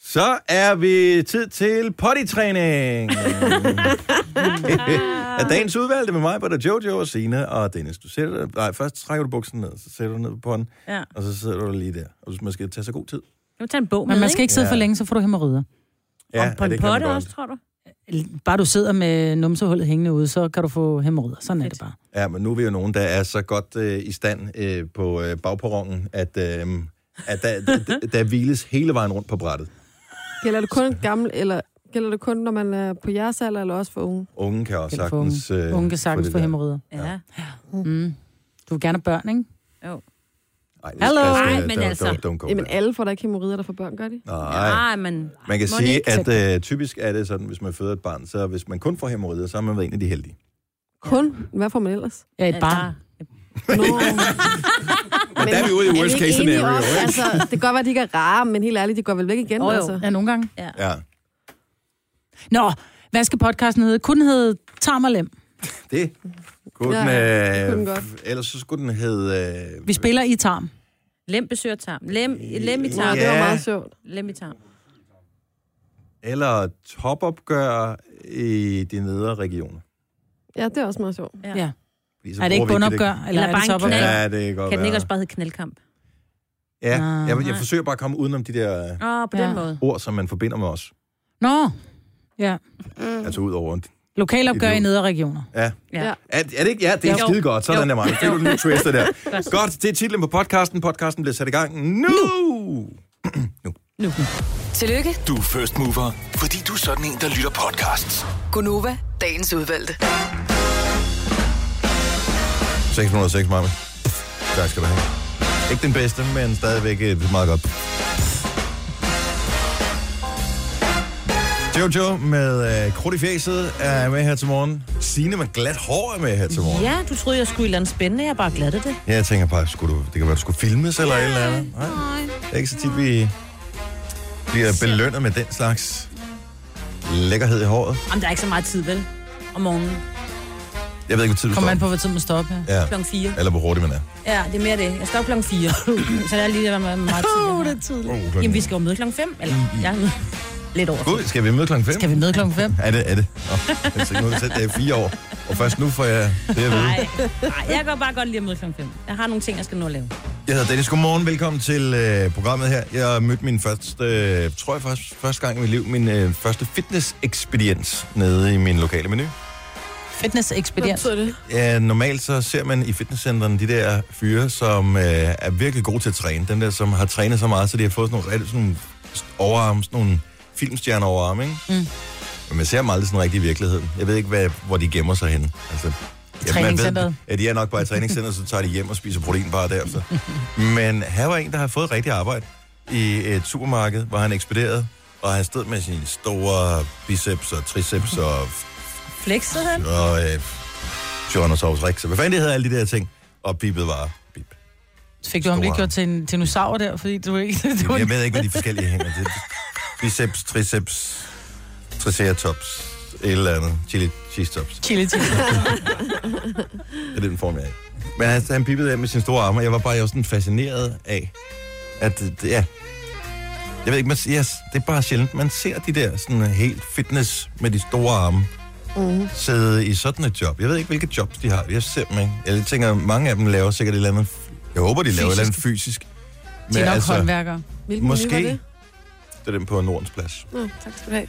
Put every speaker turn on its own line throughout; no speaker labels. Så er vi tid til potty-træning. er dagens udvalgte med mig, Britta Jojo og Sina og Dennis. Du sætter, dig- nej, først trækker du buksen ned, så sætter du ned på den,
Ja.
og så sidder du lige der. Og man skal tage sig god tid.
Nu tager en bog med,
Men man skal
ikke?
ikke sidde
Ja.
for længe, så får du hemorrider.
Ja, på
og
en
det kan man
potte
godt.
også, tror du?
Bare du sidder med numsehullet hængende ude, så kan du få hemorrider. Sådan er det bare.
Ja, men nu er vi jo nogen, der er så godt øh, i stand øh, på øh, bagperrongen, at, øh, at der, der, der hviles hele vejen rundt på brættet.
Gælder det kun gammel, eller gælder det kun, når man er på jeres alder, eller også for unge?
Unge kan også
Kan du få
sagtens... øh,
unge. Unge kan sagtens få hemorrider.
Ja.
Mm. Du vil gerne have børn, ikke? Hallo.
Hallo!
Ej, men altså.
Jamen, alle får da ikke hemorrider, der får børn, gør de?
Nej.
Ah,
Nej, men...
Man kan
Må
sige,
ikke?
at øh, typisk er det sådan, hvis man føder et barn, så hvis man kun får hemorrider, så har man været en af de heldige.
Kun? Hvad får man ellers?
Ja, et barn.
Nå.
Men der er vi ude i worst
ikke
case
enige
scenario,
om-
ikke?
Altså, det kan godt være, at de ikke er rare, men helt ærligt, de går vel væk igen,
Jo, jo.
altså.
Ja, nogle gange.
Ja,
Nå, hvad skal podcasten hedde? Kunne den hedde Tarmerlem?
det kunne
Ja,
den...
det kunne den
Øh,
godt.
f- ellers så skulle den hedde... Øh,
Vi spiller i tarm.
Lem besøger tarm. Lem, lem i
Ja,
tarm.
det var
Ja.
meget sjovt.
Lem i tarm.
eller topopgør i de nedre regioner.
Ja, det er også meget sjovt.
Ja.
Ja.
Fordi så
Er det
bruger
ikke
vi
bundopgør? Eller,
Eller
er
bare
det
en
topopgør?
knald?
Ja, det kan godt
Kan den ikke
være.
også bare hedde knaldkamp?
Ja,
Ah.
jeg, jeg forsøger bare at komme udenom de der øh,
Åh, oh, på ja.
Ja.
den måde.
ord, som man forbinder med os.
Nå,
Mm.
Altså ud over...
lokalopgør
Det
i
er
nedre regioner.
Ja.
Ja.
Er, er det ikke? Ja, det er
Jo.
skide godt. Sådan
Jo.
er mig. Det er du den twister der.
Godt.
Godt, det er titlen på podcasten. Podcasten bliver sat i gang nu!
Tillykke,
Du er first mover, fordi du er sådan en, der lytter podcasts.
Gunova, dagens udvalgte.
606, Marme. Tak skal du have. Ikke den bedste, men stadigvæk øh, meget godt. Jojo med øh, krudt i fjeset er med her til morgen. Signe med glat hår er med her til morgen.
Ja, du troede, jeg skulle et eller andet spændende. Jeg bare glatte det.
Ja, jeg tænker bare, skulle du, det kan være, du skulle filmes eller et eller andet. Nej. Det er ikke så tit, vi bliver belønnet med den slags lækkerhed i håret.
Jamen, der er ikke så meget tid, vel? Om morgenen.
Jeg ved ikke, hvor tid du
Kommer
står.
man på, hvor tid man stopper. Ja.
Ja,
Klokken 4.
eller hvor hurtigt man er.
Ja, det er mere det. Jeg står klokken 4. så der er lige der med meget tid. Oh, det er tidligt.
Oh, klokken-
Jamen, vi skal jo møde klokken 5. Eller, jeg er ude. lidt over.
Gud, skal Mm, vi møde klokken 5?
Skal vi med klokken 5?
Er det, er det? Nå, jeg tænker, nu har vi sendt det her i fire år, og først nu får jeg det at vide.
Nej, nej, jeg kan bare godt lide at møde klokken 5. Jeg har nogle ting, jeg skal nå at lave.
Jeg hedder Dennis, godmorgen, velkommen til øh, programmet her. Jeg mødte min første, øh, tror jeg først, første gang i mit liv, min øh, første fitness-ekspedient nede i min lokale menu.
Fitness
Hvad
ekspedient.
betyder det?
Ja, normalt så ser man i fitnesscentrene de der fyre, som øh, er virkelig gode til at træne. Dem der, som har trænet så meget, så de har fået sådan nogle, rigtig, sådan nogle overarme, sådan nogle filmstjerner overarme, ikke? Mm. Men man ser dem aldrig sådan rigtig i virkeligheden. Jeg ved ikke, hvad, hvor de gemmer sig henne. Altså, ja,
Træningscenteret.
Ja, de er nok bare i træningscenteret, så tager de hjem og spiser proteinbar derefter. Men her var en, der har fået rigtig arbejde i et supermarked, hvor han ekspederede, og han stod med sine store biceps og triceps og
Flexet han?
og øh, John og Sovs Rex, og hvad fanden det hedder, alle de der ting, og bippet varer. Bip.
Fik du ham lige
Store.
gjort til en dinosaur der, fordi du ikke... Du
Jeg ved ikke, hvad de forskellige hænger til. Biceps, triceps, triceratops, et eller andet, chili cheese tops.
Chili chili.
Det er den form, jeg er i. Men han, han pippede af med sin store arme, og jeg var bare jeg var sådan fascineret af, at det, ja, jeg ved ikke, man, yes, det er bare sjældent, man ser de der sådan helt fitness med de store arme mm. sidde i sådan et job. Jeg ved ikke, hvilke jobs de har. Jeg ser dem ikke. Jeg tænker, mange af dem laver sikkert et eller andet, jeg håber, de laver et eller andet fysisk. altså,
De er nok håndværkere.
Hvilken Måske.
måske,
Var det?
det? er den på Nordens Plads.
Nå, tak skal du have.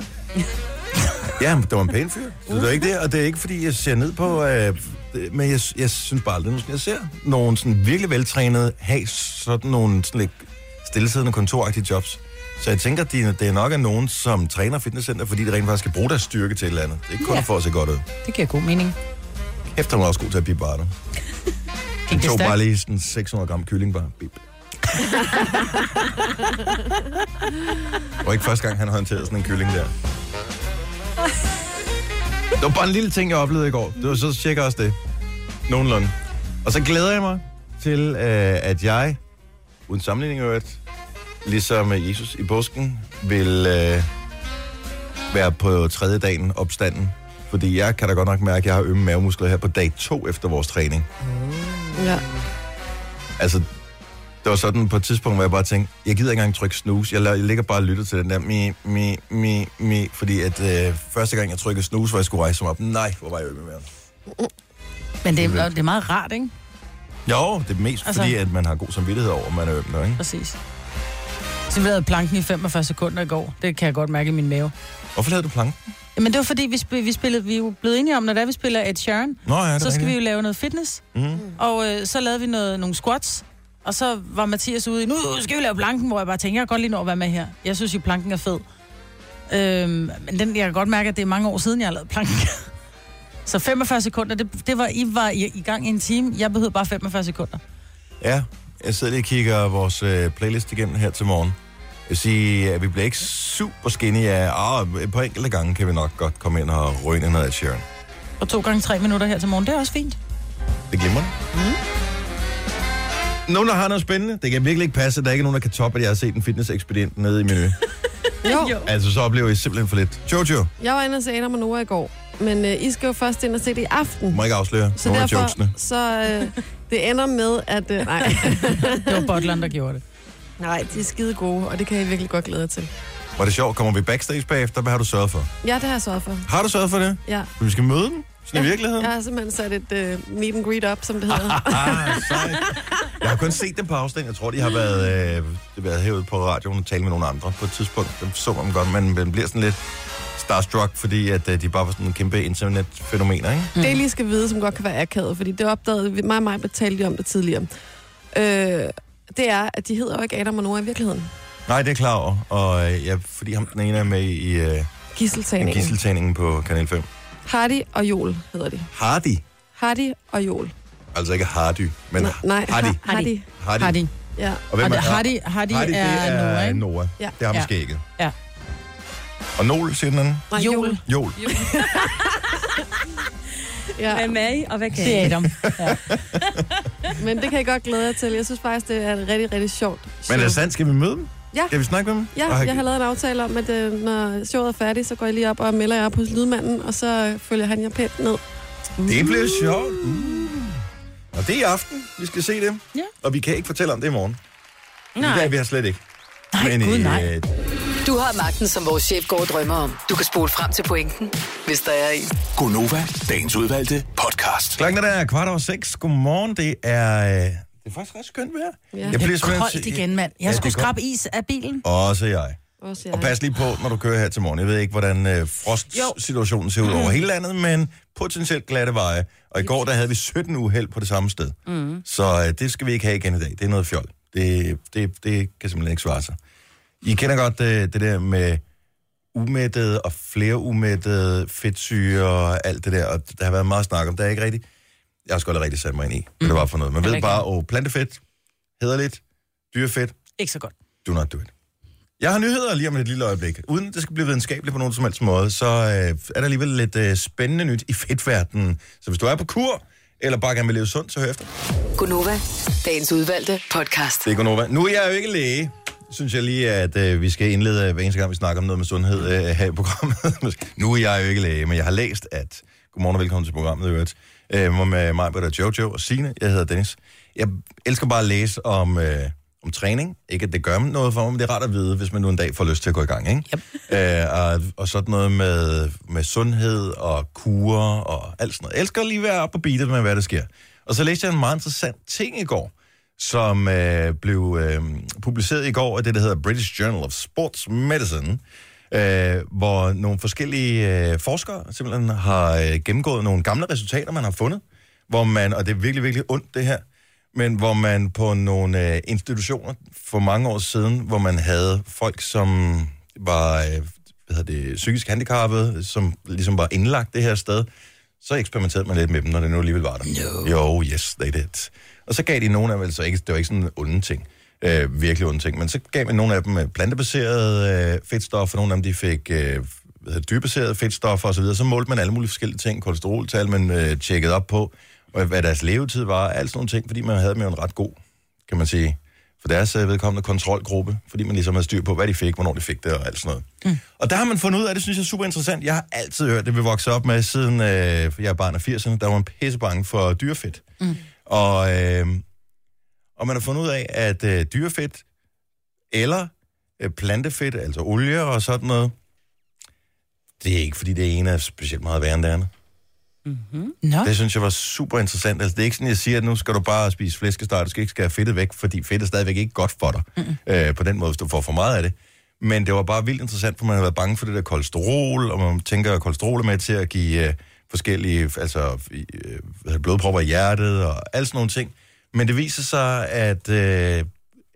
Ja, men det var en pæn fyr. Så det er ikke det, og det er ikke, fordi jeg ser ned på... Øh, det- men jeg, jeg synes bare aldrig, at jeg ser nogen sådan virkelig veltrænede have sådan nogle sådan lidt stillesiddende kontoragtige jobs. Så jeg tænker, at de, det er nok er nogen, som træner fitnesscenter, fordi de rent faktisk skal bruge deres styrke til et eller andet. Det er ikke kun
Ja.
for at se godt ud.
Det giver god mening.
Efter hun er også god til at bippe bare. Hun
det
tog
stærkt?
bare lige sådan 600 gram kylling bare. Bip. det var ikke første gang, han håndterede sådan en kylling der. Det var bare en lille ting, jeg oplevede i går. Det var så cirka også det. Nogenlunde. Og så glæder jeg mig til, øh, at jeg, uden sammenligning i øvrigt, ligesom øh, Jesus i påsken, vil øh, være på tredje dagen opstanden. Fordi jeg kan da godt nok mærke, at jeg har ømme mavemuskler her på dag to efter vores træning.
Ja.
Altså, Det var sådan på et tidspunkt, hvor jeg bare tænkte, jeg gider ikke engang trykke snooze. Jeg, la- jeg ligger bare og lytter til den der mi, mi, mi, mi. Fordi at øh, første gang, jeg trykkede snooze, hvor jeg skulle rejse mig op. Nej, hvor var jeg øl med maven.
Men det, er, det er meget rart, ikke?
Jo, det er mest altså...
Altså-
fordi, at man har god samvittighed over, at man er øl med, ikke?
Præcis. Så vi lavede planken i 45 sekunder i går. Det kan jeg godt mærke i min mave.
Hvorfor lavede du plank?
Men det var fordi, vi, sp- vi, spillede, vi er jo blevet enige om, når det er, vi spiller Ed Sheeran,
Nå ja, det
så skal vi jo lave noget fitness.
Mm.
Og øh, så lavede vi noget, nogle squats. Og så var Mathias ude i, nu skal vi lave planken, hvor jeg bare tænker, jeg kan godt lige nå at være med her. Jeg synes jo, planken er fed. Øhm, men den, jeg kan godt mærke, at det er mange år siden, jeg har lavet planken. så 45 sekunder, det, det var, I var i, i gang i en time. Jeg behøvede bare 45 sekunder.
Ja, jeg sidder lige og kigger vores øh, playlist igennem her til morgen. Jeg vil sige, at vi bliver ikke super skinny af, ah, på enkelte gange kan vi nok godt komme ind og røne noget af Sharon.
Og to gange tre minutter her til morgen, det er også fint.
Det glemmer mm. Nogen, der har noget spændende, det kan virkelig ikke passe, at der ikke er nogen, der kan toppe, at jeg har set en fitness-ekspedient nede i menu.
Jo,
altså, så oplever I simpelthen for lidt. Jojo,
jeg var inde og se Adam og Nora i går, men øh, I skal jo først ind og se det i aften.
må ikke afsløre
Så
nogle af jokesene.
derfor, så øh, det ender med, at... Øh, nej.
Det var Botland, der gjorde det.
nej, de er skide gode, og det kan jeg virkelig godt glæde jer til.
Var det sjovt? Kommer vi backstage bagefter? Hvad har du sørget for?
Ja, det har jeg sørget for.
Har du sørget for det?
Ja.
Vi skal møde dem? Sådan i virkeligheden?
Jeg har simpelthen sat et øh, meet and greet op, som det hedder.
Ah, sejt. Jeg har kun set dem på afstand. Jeg tror, de har været, øh, det har været herude på radioen og tale med nogle andre på et tidspunkt. Dem så man godt, men man bliver sådan lidt starstruck, fordi at, øh, de bare var sådan en kæmpe internetfænomener, ikke?
Det, I lige skal vide, som godt kan være akavet, fordi det opdagede vi, mig og mig betalte om det tidligere, øh, det er, at de hedder jo ikke Adam og Nora i virkeligheden.
Nej, det er klar over. Og øh, ja, fordi ham den ene er med i øh,
Gisseltagningen. Gissel.
gisseltagningen på Kanal 5.
Hardy og Jol hedder de.
Hardy.
Hardy og Jol.
Altså ikke Hardy, men
Nej,
Hardy.
Har- Hardy.
Hardy.
Hardy.
Ja.
Og
Og det-
er-
Hardy, Hardy,
Hardy, det
er,
er
øh, Noah, ikke?
Noah.
Ja.
Det er ham ja.
Ja.
skægget.
Ja.
Og Noel, siger den anden.
Nej,
Jol.
Jol.
Joel.
Ja.
er I, og hvad kan
Det er
I?
Adam. Ja.
Men det kan I godt glæde jer til. Jeg synes faktisk, det er et rigtig, rigtig sjovt show.
Men er det sandt? Skal vi møde dem?
Ja.
Skal vi snakke med dem?
Ja,
Og-
jeg har lavet en aftale om, at øh, når showet er færdigt, så går jeg lige op og melder jer op hos lydmanden, og så øh, følger han jer pænt ned.
Det bliver sjovt. Uh. Og det er i aften, vi skal se det.
Ja.
Og vi kan ikke fortælle om det i morgen. Det er
Nej.
vi har slet ikke.
Nej, gud nej.
øh,
Du har magten, som vores chef går og drømmer om. Du kan spole frem til pointen, hvis der er en.
Gonova, dagens udvalgte podcast.
klokken er der kvart over seks. Godmorgen, det er... Øh, det er faktisk ret skønt vejr.
Ja.
bliver
Det er
simpelthen-
koldt igen, mand. Jeg
Ja,
skulle
det er
skrabe is af bilen.
øh, Også jeg.
Også
Og
jeg.
pas lige på, når du kører her til morgen. Jeg ved ikke, hvordan øh, frostsituationen ser ud over hele landet, men potentielt glatte veje. Og i går, der havde vi 17 uheld på det samme sted. Mm. Så øh, det skal vi ikke have igen i dag. Det er noget fjol. Det, det, det kan simpelthen ikke svare sig. I kender godt øh, det der med umættede og flere umættede fedtsyre og alt det der, og der har været meget snak om, det er ikke rigtigt. Jeg har sgu aldrig rigtig sat mig ind i, hvad det var for noget. Man ved
Rigtig.
bare, åh, plantefedt, hederligt, dyrefedt,
Ikke så godt.
Do not do it. Jeg har nyheder lige om et lille øjeblik. Uden det skal blive videnskabeligt på nogen som helst måde, så øh, er der alligevel lidt øh, spændende nyt i fedtverdenen. Så hvis du er på kur, eller bare gerne vil leve sundt, så hør efter.
Gonova, dagens udvalgte podcast.
Det er Gunova. Nu er jeg jo ikke læge. Synes jeg lige, at øh, vi skal indlede øh, hver eneste gang, vi snakker om noget med sundhed øh, her i programmet. nu er jeg jo ikke læge, men jeg har læst, at... Godmorgen og velkommen til programmet, i øvrigt. Øh, hvor med mig, Britta, Jojo og Signe. Jeg hedder Dennis. Jeg elsker bare at læse om, øh, om træning. Ikke, at det gør noget for mig, men det er rart at vide, hvis man nu en dag får lyst til at gå i gang, ikke? Yep. Øh, og, og sådan noget med, med sundhed og kurer og alt sådan noget. Jeg elsker lige at være oppe på beatet med, hvad der sker. Og så læste jeg en meget interessant ting i går som øh, blev øh, publiceret i går af det, der hedder British Journal of Sports Medicine, øh, hvor nogle forskellige øh, forskere simpelthen har øh, gennemgået nogle gamle resultater, man har fundet, hvor man, og det er virkelig, virkelig ondt det her, men hvor man på nogle øh, institutioner for mange år siden, hvor man havde folk, som var øh, hvad hedder det, psykisk handicappede, som ligesom var indlagt det her sted, så eksperimenterede man lidt med dem, når det nu alligevel var der. No. Jo, yes, they did. Og så gav de nogle af dem, altså ikke, det var ikke sådan en onde ting, øh, virkelig onde ting, men så gav man nogle af dem øh, plantebaserede øh, fedtstoffer, nogle af dem de fik øh, hvad hedder, det, dyrebaserede fedtstoffer osv., så målte man alle mulige forskellige ting, kolesteroltal, man øh, tjekkede op på, og hvad deres levetid var, alt sådan nogle ting, fordi man havde dem jo en ret god, kan man sige, for deres øh, vedkommende kontrolgruppe, fordi man ligesom havde styr på, hvad de fik, hvornår de fik det og alt sådan noget. Mm. Og der har man fundet ud af, det synes jeg er super interessant. Jeg har altid hørt, det vi voksede op med, siden øh, jeg er barn af 80'erne, der var man pissebange for dyrefedt. Mm. Og, øh, og man har fundet ud af, at øh, dyrefedt eller øh, plantefedt, altså olie og sådan noget, det er ikke, fordi det ene er specielt meget værre end det andet.
Nå,
Det synes jeg var super interessant. Altså, det er ikke sådan, jeg siger, at nu skal du bare spise flæskesteg, du skal ikke skære fedtet væk, fordi fedt er stadigvæk ikke godt for dig. Øh, på den måde, hvis du får for meget af det. Men det var bare vildt interessant, for man har været bange for det der kolesterol, og man tænker, at kolesterol er med til at give øh, forskellige altså, i- øh, hvad hedder det, blodpropper i hjertet og alt sådan nogle ting. Men det viser sig, at, øh,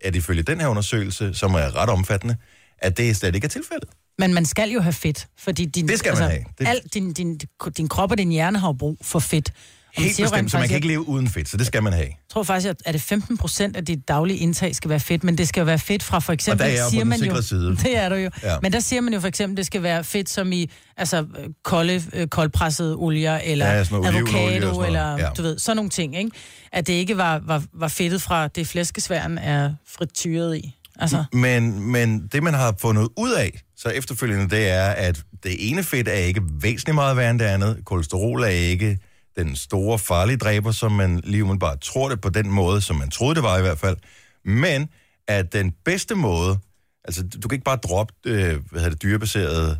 at ifølge den her undersøgelse, som er ret omfattende, at det slet ikke er tilfældet.
men man skal jo have fedt, fordi din,
Det skal man have. Det-
Det... Alt din, din, din krop og din hjerne har jo brug for fedt. Og man
Helt
siger jo rent
bestemt, så man
faktisk,
kan ikke leve uden fedt, så det skal man have.
Jeg tror faktisk, at er det 15 procent af dit daglige indtag skal være fedt, men det skal jo være fedt fra for eksempel...
Og der er jeg jo på den sikre
jo,
side.
Det er du jo.
Ja.
Ja. Men der siger man jo for eksempel, at det skal være fedt som i altså, øh, kolde, øh, koldpressede olier, eller
Ja,
ja,
sådan noget olivenolie og sådan
avocado,
noget.
eller
Ja.
ja. du ved, sådan nogle ting. Ikke? At det ikke var, var, var fedtet fra det flæskesværen er frityret i. Altså,
Men, men det, man har fundet ud af, så efterfølgende, det er, at det ene fedt er ikke væsentligt meget værre end det andet. Kolesterol er ikke den store farlige dræber, som man lige umiddelbart tror det på den måde, som man troede det var i hvert fald. Men at den bedste måde, altså du kan ikke bare droppe øh, hvad hedder det, dyrebaseret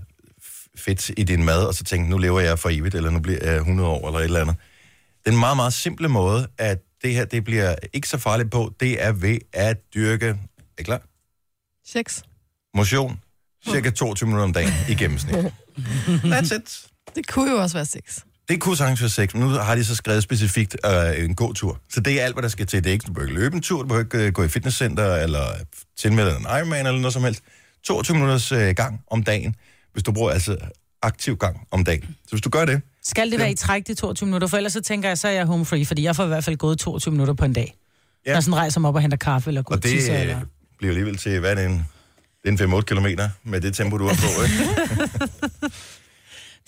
fedt i din mad, og så tænke, nu lever jeg for evigt, eller nu bliver jeg 100 år, eller et eller andet den meget, meget simple måde, at det her det bliver ikke så farligt på, det er ved at dyrke, er I klar?
Sex.
Motion, cirka 22 minutter om dagen i gennemsnit. Mm. That's it.
Det kunne jo også være sex.
Det kunne sagtens være sex, men nu har de så skrevet specifikt øh, en god tur. Så det er alt, hvad der skal til. Det er ikke, du behøver ikke løbe en tur, du behøver ikke øh, gå i fitnesscenter, eller tilmelde dig en Ironman, eller noget som helst. 22 minutters øh, gang om dagen, hvis du bruger altså aktiv gang om dagen. Så hvis du gør det,
skal det være i træk de 22 minutter? For ellers så tænker jeg, så er jeg home free, fordi jeg får i hvert fald gået 22 minutter på en dag.
Ja.
Ja. Når jeg sådan rejser mig op og henter kaffe, eller går
Og
og
det
tisser,
øh,
eller...
bliver alligevel til, hvad er det, en, det er en 5-8 kilometer med det tempo, du er på, ikke?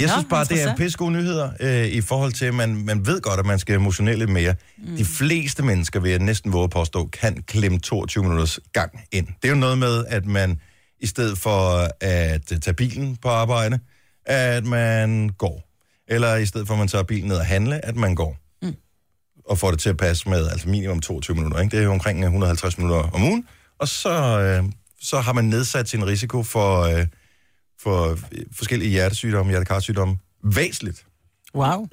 Jeg synes bare, det er
interessant.
pisse gode nyheder øh, i forhold til, at man, man ved godt, at man skal motionere lidt mere. Mm. De fleste mennesker, vil jeg næsten våge at påstå, kan klemme 22 minutters gang ind. Det er jo noget med, at man i stedet for at øh, tage bilen på arbejde, at man går. Eller i stedet for, at man tager bilen ned og handle, at man går og får det til at passe med altså minimum 22 minutter. Ikke? Det er jo omkring øh, 150 minutter om ugen. Og så, øh, så har man nedsat sin risiko for, øh, for øh, forskellige hjertesygdomme, hjertekarsygdomme væsentligt.
Wow.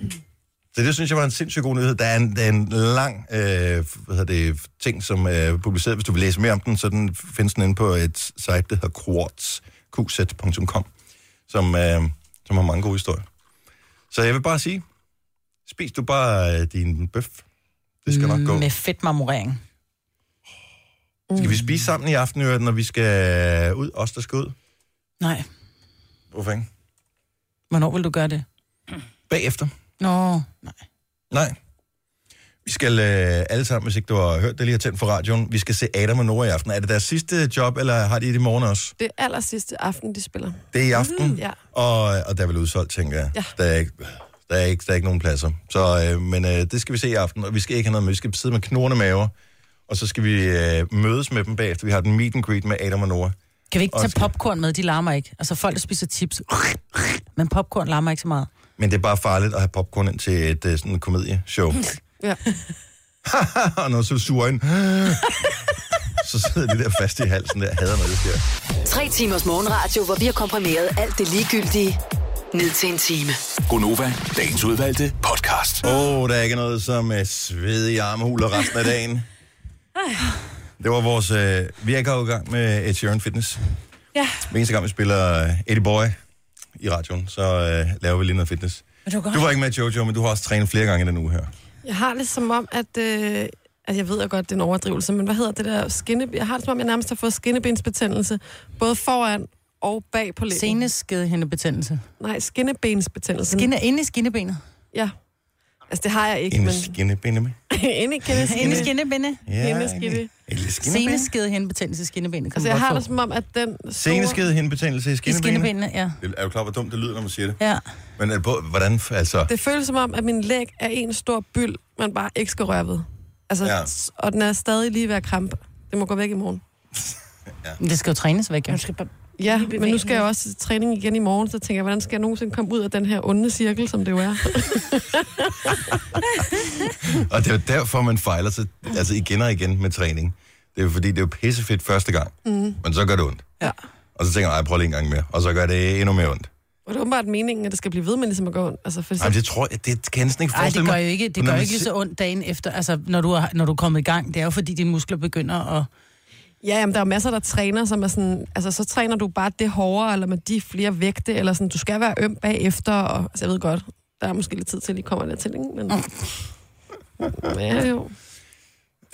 Så det synes jeg var en sindssygt god nyhed. Der er en, der er en lang øh, hvad hedder det, ting, som er publiceret. Hvis du vil læse mere om den, så den findes den inde på et site, der hedder quartz, qz.com, som, øh, som har mange gode historier. Så jeg vil bare sige, spis du bare øh, din bøf. Det skal nok gå.
Med fedt marmorering.
Skal vi spise sammen i aften, i øvrigt, når vi skal ud? Os, der skal ud?
Nej.
Hvorfor ikke?
Hvornår vil du gøre det?
Bagefter?
Nå, nej.
Nej. Vi skal øh, alle sammen, hvis ikke du har hørt det lige har tændt for radioen, vi skal se Adam og Nora i aften. Er det deres sidste job, eller har de det i morgen også?
Det er aller sidste aften, de spiller.
Det er i aften, mm,
ja.
og, og der er vel udsolgt, tænker jeg.
Ja.
Der, er ikke, der, er ikke, der er ikke nogen pladser. Så, øh, men øh, det skal vi se i aften, og vi skal ikke have noget med. Vi skal sidde med knurrende maver, og så skal vi øh, mødes med dem bagefter. Vi har den meet and greet med Adam og Nora.
Kan vi ikke
Og
tage
skal-
popcorn med? De larmer ikke. Altså folk, der spiser chips. Men popcorn larmer ikke så meget.
Men det er bare farligt at have popcorn ind til et øh, sådan komedieshow.
Ja.
og når så suger ind, så sidder de der fast i halsen der, hader mig det sker.
Tre timers morgenradio, hvor vi har komprimeret alt det ligegyldige ned til en time.
Gonova, dagens udvalgte podcast.
Åh, oh, der er ikke noget som uh, svedige armhuler resten af dagen. Det var vores... Uh, vi er i gang med Ed Sheeran Fitness.
Ja.
Hver eneste gang, vi spiller uh, Eddie Boy i radioen, så uh, laver vi lige noget fitness.
Men du kan
Du var ikke med, Jojo, men du har også trænet flere gange i den uge her.
Jeg har det som om, at... Øh, altså, jeg ved jo godt, det er en overdrivelse, men hvad hedder det der skinne... Jeg har det som om, jeg nærmest har fået skinnebensbetændelse, både foran og bag på læben.
Seneskædehændebetændelse.
Nej, skinnebensbetændelse.
Skinne inde i skinnebenet.
Ja. Altså, det har jeg ikke,
En
men...
skinnebinde med.
Inde i
Inde i
kindeskinne.
skinnebenet.
Kindeskinde.
En lille skinnebinde.
Seneskædehændebetændelse i skinnebenet.
Altså, jeg har det som om, at den store...
Seneskede hindbetændelse i
I
skinnebenet.
skinnebenet, ja.
Det- Er du klar, hvor dumt det lyder, når man siger det?
Ja.
Men er det på, hvordan, altså...
Det føles som om, at min læg er en stor byld, man bare ikke skal røre ved. Altså,
Ja.
ja. og den er stadig lige ved at krampe. Det må gå væk i morgen.
Men det skal jo trænes væk, jo.
skal bare...
Ja,
Lige
men nu
bevægning.
skal jeg også til træning igen i morgen, så tænker jeg, hvordan skal jeg nogensinde komme ud af den her onde cirkel, som det jo er?
Og det er jo derfor, man fejler sig altså igen og igen med træning. Det er jo fordi, det er jo pissefedt første gang, mm. men så gør det ondt.
Ja.
Og så tænker jeg, "Ej, prøv lige en gang mere, og så gør det endnu mere ondt.
Og det er åbenbart meningen, at det skal blive ved med ligesom at gå ondt. Altså, for så,
Ej, men det tror jeg, det kan jeg sådan ikke
Nej,
forestille
det gør
mig.
jo ikke, det
Når
gør
man
ikke lige
se-
så ondt dagen efter, altså når du er, når du er kommet i gang. Det er jo fordi, dine muskler begynder at...
Ja, jamen, der er jo masser, der træner, som er sådan, altså, så træner du bare det hårdere, eller med de flere vægte, eller sådan, du skal være øm bagefter, og, altså, jeg ved godt, der er måske lidt tid til, at I kommer der til, ikke? Men... Ja, jo.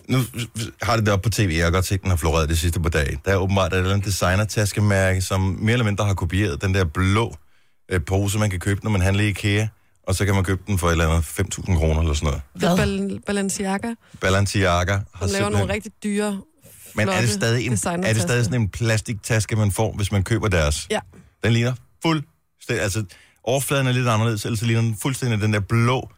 nu har det deroppe på tv, jeg har godt set, den har floreret det sidste par dage. Der er åbenbart et eller andet designer-taskemærke, som mere eller mindre har kopieret den der blå øh, pose, man kan købe, når man handler i IKEA. Og så kan man købe den for et eller andet 5.000 kroner eller sådan noget.
Det er Bal- Balenciaga,
Balenciaga har
som laver nogle rigtig dyre,
Men er det,
flotte
stadig en, er det
designertasker.
stadig sådan en plastiktaske, man får, hvis man køber deres?
Ja.
Den ligner fuldstændig... Altså, overfladen er lidt anderledes, ellers så ligner den fuldstændig den der blå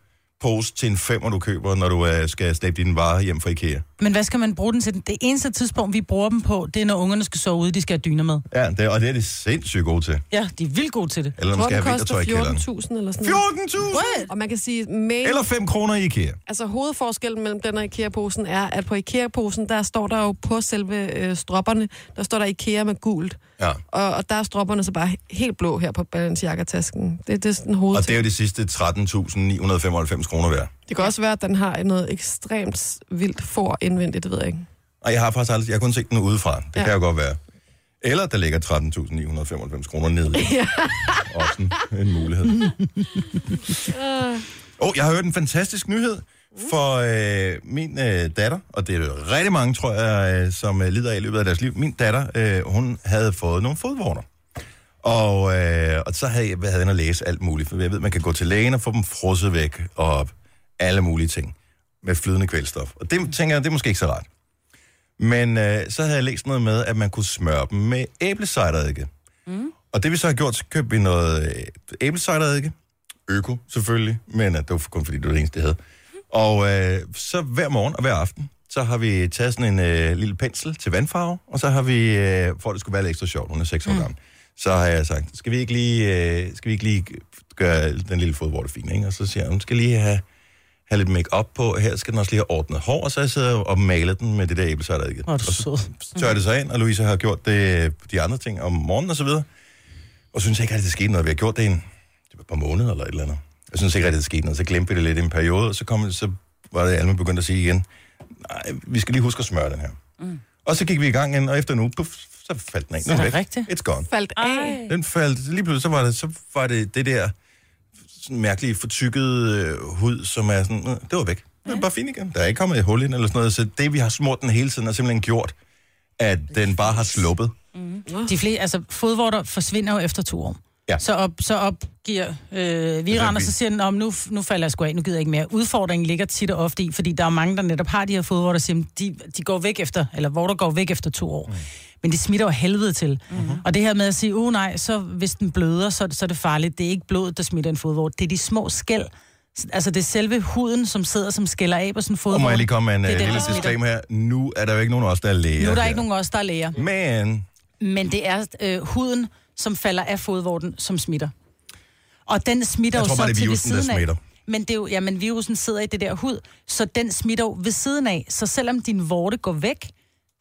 pose til en femmer, du køber, når du øh, skal slæbe dine varer hjem fra IKEA.
Men hvad skal man bruge den til? Det eneste tidspunkt, vi bruger dem på, det er, når ungerne skal sove ude, de skal have dyner med.
Ja, det, og det er de sindssygt gode til.
Ja, de er vildt gode til det.
Eller
Jeg
man
tror,
skal
den
have
koster
vintertøj i
14.000
kælderen.
eller sådan noget.
14.000!
Og man kan sige, main,
Eller 5 kroner i IKEA.
altså hovedforskellen mellem den og IKEA-posen er, at på IKEA-posen, der står der jo på selve øh, stropperne, der står der IKEA med gult.
Ja.
Og, og der er stropperne så bare helt blå her på Balenciaga-tasken. Det, det er sådan
Og
hovedet.
det er
Det,
jo de sidste 13.995 kroner værd.
det kan også være, at den har noget ekstremt vildt for indvendigt, det ved jeg ikke.
Og jeg har faktisk aldrig, jeg har kun set den udefra. Det ja.
Ja.
kan jo godt være. Eller der ligger 13.995 kroner nede i. Ja. Også en, en mulighed. Åh, oh, jeg har hørt en fantastisk nyhed for øh, min øh, datter, og det er der rigtig mange, tror jeg, øh, som øh, lider af i løbet af deres liv. Min datter, øh, hun havde fået nogle fodvorter. Og, øh, og så havde jeg havde jeg inde og læse alt muligt, for jeg ved, man kan gå til lægen og få dem frosset væk, og alle mulige ting med flydende kvælstof. Og det tænker jeg, det er måske ikke så rart. Men øh, så havde jeg læst noget med, at man kunne smøre dem med æblecideredike. Mm. Og det vi så har gjort, så købte vi noget øh, æblecideredike. Øko, selvfølgelig. Men øh, det var kun fordi, det var det eneste, det havde. Og øh, så hver morgen og hver aften, så har vi taget sådan en øh, lille pensel til vandfarve, og så har vi, øh, for at det skulle være lidt ekstra sjovt, hun er
Mm.
6 år gammel, så har jeg sagt, skal vi ikke lige, øh, skal vi ikke lige gøre den lille fodvorte fin, ikke? Og så siger jeg, hun skal lige have, have lidt make på, her skal den også lige have ordnet hår, og så har jeg siddet og malet den med det der æblesejredike.
Hvor er du
Og så-
sød.
tørrer det sig ind, og Louise har gjort det, øh, de andre ting om morgenen og så videre. Og synes jeg ikke rigtig, det skete noget. Vi har gjort det i en, det var et par måneder eller et eller andet. Jeg synes ikke rigtig, det skete noget. Så glemte vi det lidt i en periode, og så, kom, så var det, Alma begyndte at sige igen, nej, vi skal lige huske at smøre den her. Mm. Og så gik vi i gang igen, og efter en uge, puff, så faldt den af. Nu
er det
væk.
rigtigt?
It's gone.
Faldt af.
Den faldt, lige pludselig, så var det, så var det, det der sådan mærkelige fortykkede øh, hud, som er sådan, øh, det var væk. Det er bare fint igen. Der er ikke kommet et hul ind eller sådan noget, så det, vi har smurt den hele tiden, har simpelthen gjort, at den bare har sluppet.
De fleste, altså fodvorter forsvinder jo efter to år.
Ja.
Så, op, så opgiver øh, viren, og
vi-
så siger den, om nu, nu falder jeg sgu af, nu gider jeg ikke mere. Udfordringen ligger tit og ofte i, fordi der er mange, der netop har de her fodvorter, og siger, de, de går væk efter, eller vorter går væk efter to år. Mm. Men det smitter jo helvede til.
Mhm.
Mm-hmm. Og det her med at sige, uh nej, så hvis den bløder, så, så er det farligt. Det er ikke blodet, der smitter en fodvort. Det er de små skæl. Altså det er selve huden, som sidder som skiller af på sådan en
Og
fodvort.
må jeg lige komme med en
Det er
øh,
den,
lille
der smitter.
disclaimer her. Nu er der jo ikke nogen af os, der er læger.
Nu er der ikke nogen af os, der er læger.
Men
Men det er øh, huden, som falder af fodvorten, som smitter. Og den smitter
Jeg
jo
tror
så
bare, det er
til ved
virussen, der
siden af.
smitter.
Men det er jo, jamen, virusen sidder i det der hud, så den smitter jo ved siden af. Så selvom din vorte går væk,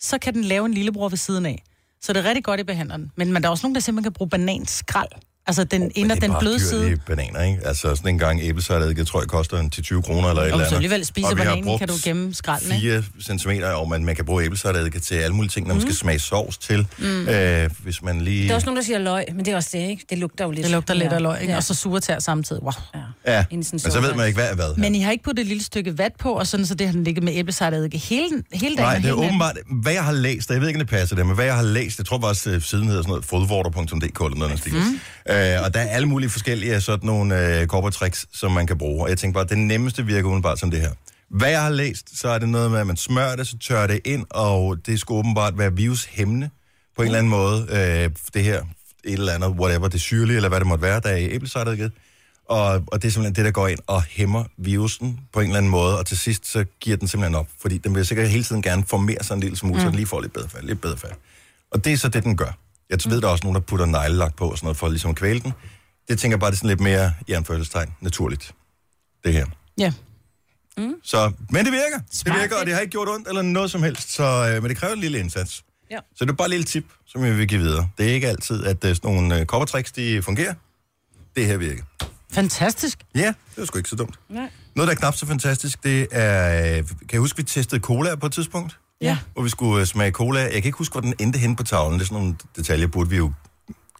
så kan den lave en lillebror ved siden af. Så det er rigtig godt, i behandler den. Men man, der er også nogen, der simpelthen kan bruge bananskrald. Altså den oh,
Men
ene
det
og
er
den
bare
bløde
dyrt
side.
i bananer, ikke? Altså sådan en gang æblesaladet, jeg tror, jeg koster en til 20 kroner eller et
så
eller andet.
alligevel spiser
Og vi har
bananen,
brugt
kan du gemme skralden, ikke?
4 centimeter, og man, man kan bruge æblesaladet til alle mulige ting, når man skal smage sovs til. Mm. Øh, hvis man lige...
Der er også nogen, der siger løg, men det er også det, ikke? Det lugter jo lidt.
Det lugter lidt
Ja.
af løg, ikke?
Ja.
Og så surtær samtidig. Wow.
Ja,
Inden
men
sådan
så Altså, ved man ikke, hvad er hvad.
Men I har ikke puttet et lille stykke vat på, og sådan, så det har den ligget med æblesejtadike hele, hele dagen. og
Nej, det
hele
er
natten.
åbenbart, hvad jeg har læst, og jeg ved ikke, om det passer det, men hvad jeg har læst, jeg tror faktisk, øh, siden hedder sådan noget, fodvorter.dk eller noget, mm. øh, og der er alle mulige forskellige sådan nogle øh, korportricks, som man kan bruge, og jeg tænker bare, det nemmeste virker udenbart som det her. Hvad jeg har læst, så er det noget med, at man smører det, så tørrer det ind, og det skulle åbenbart være virushæmmende på en eller anden måde, øh, det her, et eller andet, whatever, det syrlige, eller hvad det måtte være, der er i æblesejtadikket. Og, og det er simpelthen det, der går ind og hæmmer virusen på en eller anden måde, og til sidst så giver den simpelthen op, fordi den vil sikkert hele tiden gerne formere sig en lille smule, mm. så den lige får lidt bedre fald, lidt bedre fald. Og det er så det, den gør. Jeg ved, der er også nogen, der putter neglelak på og sådan noget, for ligesom at kvæle den. Det tænker jeg bare, det er sådan lidt mere, i anførselstegn, naturligt. Det her.
Ja.
Så, men det virker.
Mm. Smart.
Det virker, og det har ikke gjort ondt eller noget som helst. Så, øh, men det kræver en lille indsats.
Ja.
Så det er bare et lille tip, som jeg vil give videre. Det er ikke altid, at øh, sådan nogle øh, koppertricks, de fungerer. Det her virker.
Fantastisk.
Ja, det var sgu ikke så dumt. Nej. Noget, der er knap så fantastisk, det er... øh, Kan jeg huske, vi testede cola på et tidspunkt?
Ja.
Hvor vi skulle øh, smage cola. Jeg kan ikke huske, hvor den endte henne på tavlen. Det er sådan nogle detaljer, burde vi jo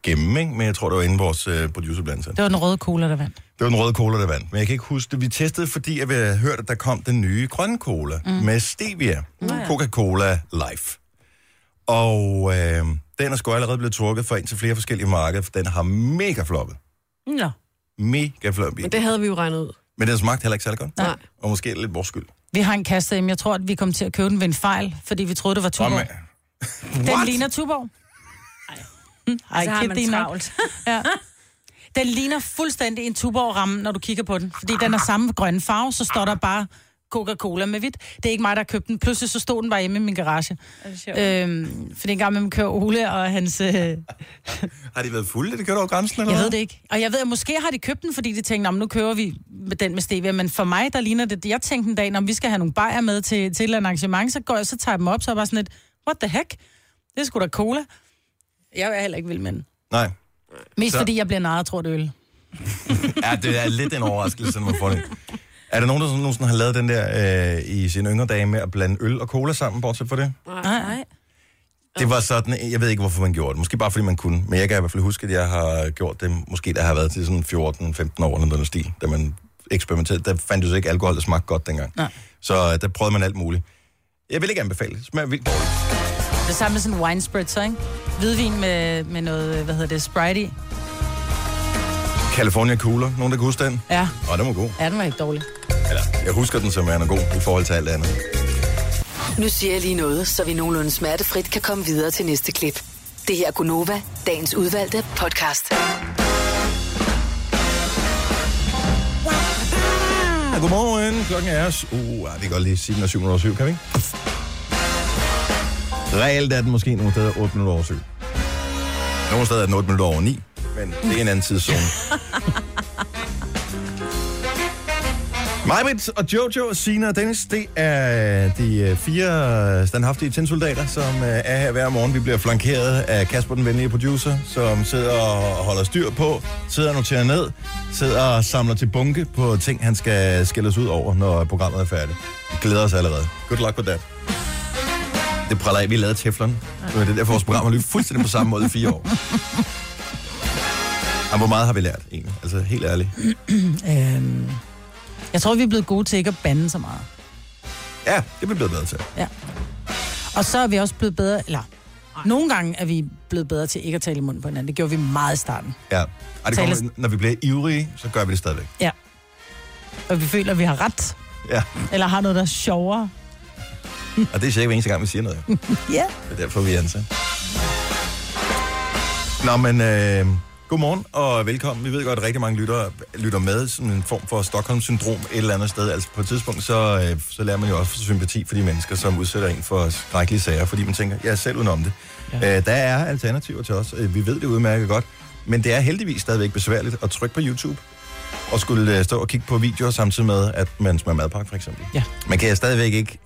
gemme, ikke? Men jeg tror, det var inde i vores øh, producer blandt andet.
Det var den røde cola, der vandt.
Det var den røde cola, der vandt. Men jeg kan ikke huske det. Vi testede, fordi jeg havde hørt, at der kom den nye grønne cola mm. med stevia. Mm. Coca-Cola Life. Og øh, den er sgu allerede blevet trukket for ind til flere forskellige markeder, for den har mega floppet.
Nå.
Mega floppet.
Men det havde vi jo regnet ud.
Men den smagte heller ikke særlig godt.
Nej.
Og måske er det lidt vores skyld.
Vi har en kasse derhjemme. Jeg tror, at vi kom til at købe den ved en fejl, fordi vi troede, det var
Om,
Tuborg. Den
What?
ligner Tuborg. Ej,
Så
Ej
har
kid,
man
det er nok.
travlt.
Ja. Den ligner fuldstændig en Tuborg-ramme, når du kigger på den. Fordi den er samme grønne farve, så står der bare Coca-Cola med hvidt. Det er ikke mig, der købte den. Pludselig så stod den bare hjemme i min garage. Øhm, fordi en gang med kører Ole og hans... Øh, jeg
har de været fulde, da de kørte over grænsen? Eller
ved
hvad?
det ikke. Og jeg ved, at måske har de købt den, fordi de tænkte, "Nå, men nu kører vi med den med stevia. Men for mig, der ligner det... Jeg tænkte en dag, når vi skal have nogle bajer med til, til et eller andet arrangement, så går jeg, så tager jeg dem op, så er jeg bare sådan et... What the heck? Det er sgu da cola. Jeg er heller ikke vild med den.
Nej.
Mest
Så-
så... fordi jeg bliver narret, tror det er øl.
Ja, det er lidt en overraskelse, når man får det. Er der nogen, der sådan, nogensinde har lavet den der øh, i sine yngre dage med at blande øl og cola sammen, bortset fra det?
Nej, nej.
Det var sådan, jeg ved ikke, hvorfor man gjorde det. Måske bare, fordi man kunne. Men jeg kan i hvert fald huske, at jeg har gjort det, måske der har været til sådan 14-15 år eller noget i den stil, da man eksperimenterede. Der fandt jo så ikke alkohol, der smagte godt dengang.
Nej.
Så øh, der prøvede man alt muligt. Jeg vil ikke anbefale det. Det Smager vildt dårligt.
Det samme med sådan en wine spritzer, ikke? Hvidvin med, med noget, hvad hedder det, Sprite i.
California Cooler. Nogen, der kan huske den?
Ja.
Åh, den var god.
Ja, den var ikke dårlig.
Eller, jeg husker den som værende god i forhold til alt andet.
Nu siger jeg lige noget, så vi nogenlunde smertefrit kan komme videre til næste klip. Det her er Gunova, dagens udvalgte podcast.
Ja, godmorgen. Klokken er... s- Uh, ah, vi kan godt lige sige, den er 7 minutter over syv, kan vi ikke? Reelt er den måske nogle steder 8 minutter over 7. Nogle steder er den 8 minutter over 9, men det er en anden tidszone. Majbrit og Jojo, Sina og Dennis, det er de øh, fire standhaftige tændsoldater, som øh, er her hver morgen. Vi bliver flankeret af Kasper, den venlige producer, som sidder og holder styr på, sidder og noterer ned, sidder og samler til bunke på ting, han skal skældes ud over, når programmet er færdigt. Vi glæder os allerede. Good luck with that. Det praller af, vi lavede Teflon. Det er derfor, vores program har lyttet fuldstændig på samme måde i fire år. Jamen, hvor meget har vi lært egentlig? Altså, helt ærligt.
Øhm, jeg tror, vi er blevet gode til ikke at bande så meget.
Ja, det bliver vi blevet bedre til.
Og så er vi også blevet bedre, eller nogle gange er vi blevet bedre til ikke at tale i munden på hinanden. Det gjorde vi meget i starten.
Ja. Ej, det kommer,
Tales-
når vi bliver ivrige, så gør vi det stadigvæk.
Ja. Og vi føler, at vi har ret.
Ja,
Eller har noget, der er sjovere.
og det er sikkert hver eneste gang, vi siger noget. jo.
Ja.
Det er derfor, vi er ansat. Nå, men øh, godmorgen og velkommen. Vi ved godt, at rigtig mange lytter, lytter med sådan en form for Stockholm-syndrom et eller andet sted. Altså på et tidspunkt, så, øh, så lærer man jo også sympati for de mennesker, som udsætter en for skrækkelige sager, fordi man tænker, jeg er selv udenom det. Ja. Øh, der er alternativer til os. Øh, Vi ved det udmærket godt. Men det er heldigvis stadigvæk besværligt at trykke på YouTube og skulle øh, stå og kigge på videoer samtidig med, at man smager madpakke, for eksempel.
Ja.
Man kan stadigvæk ikke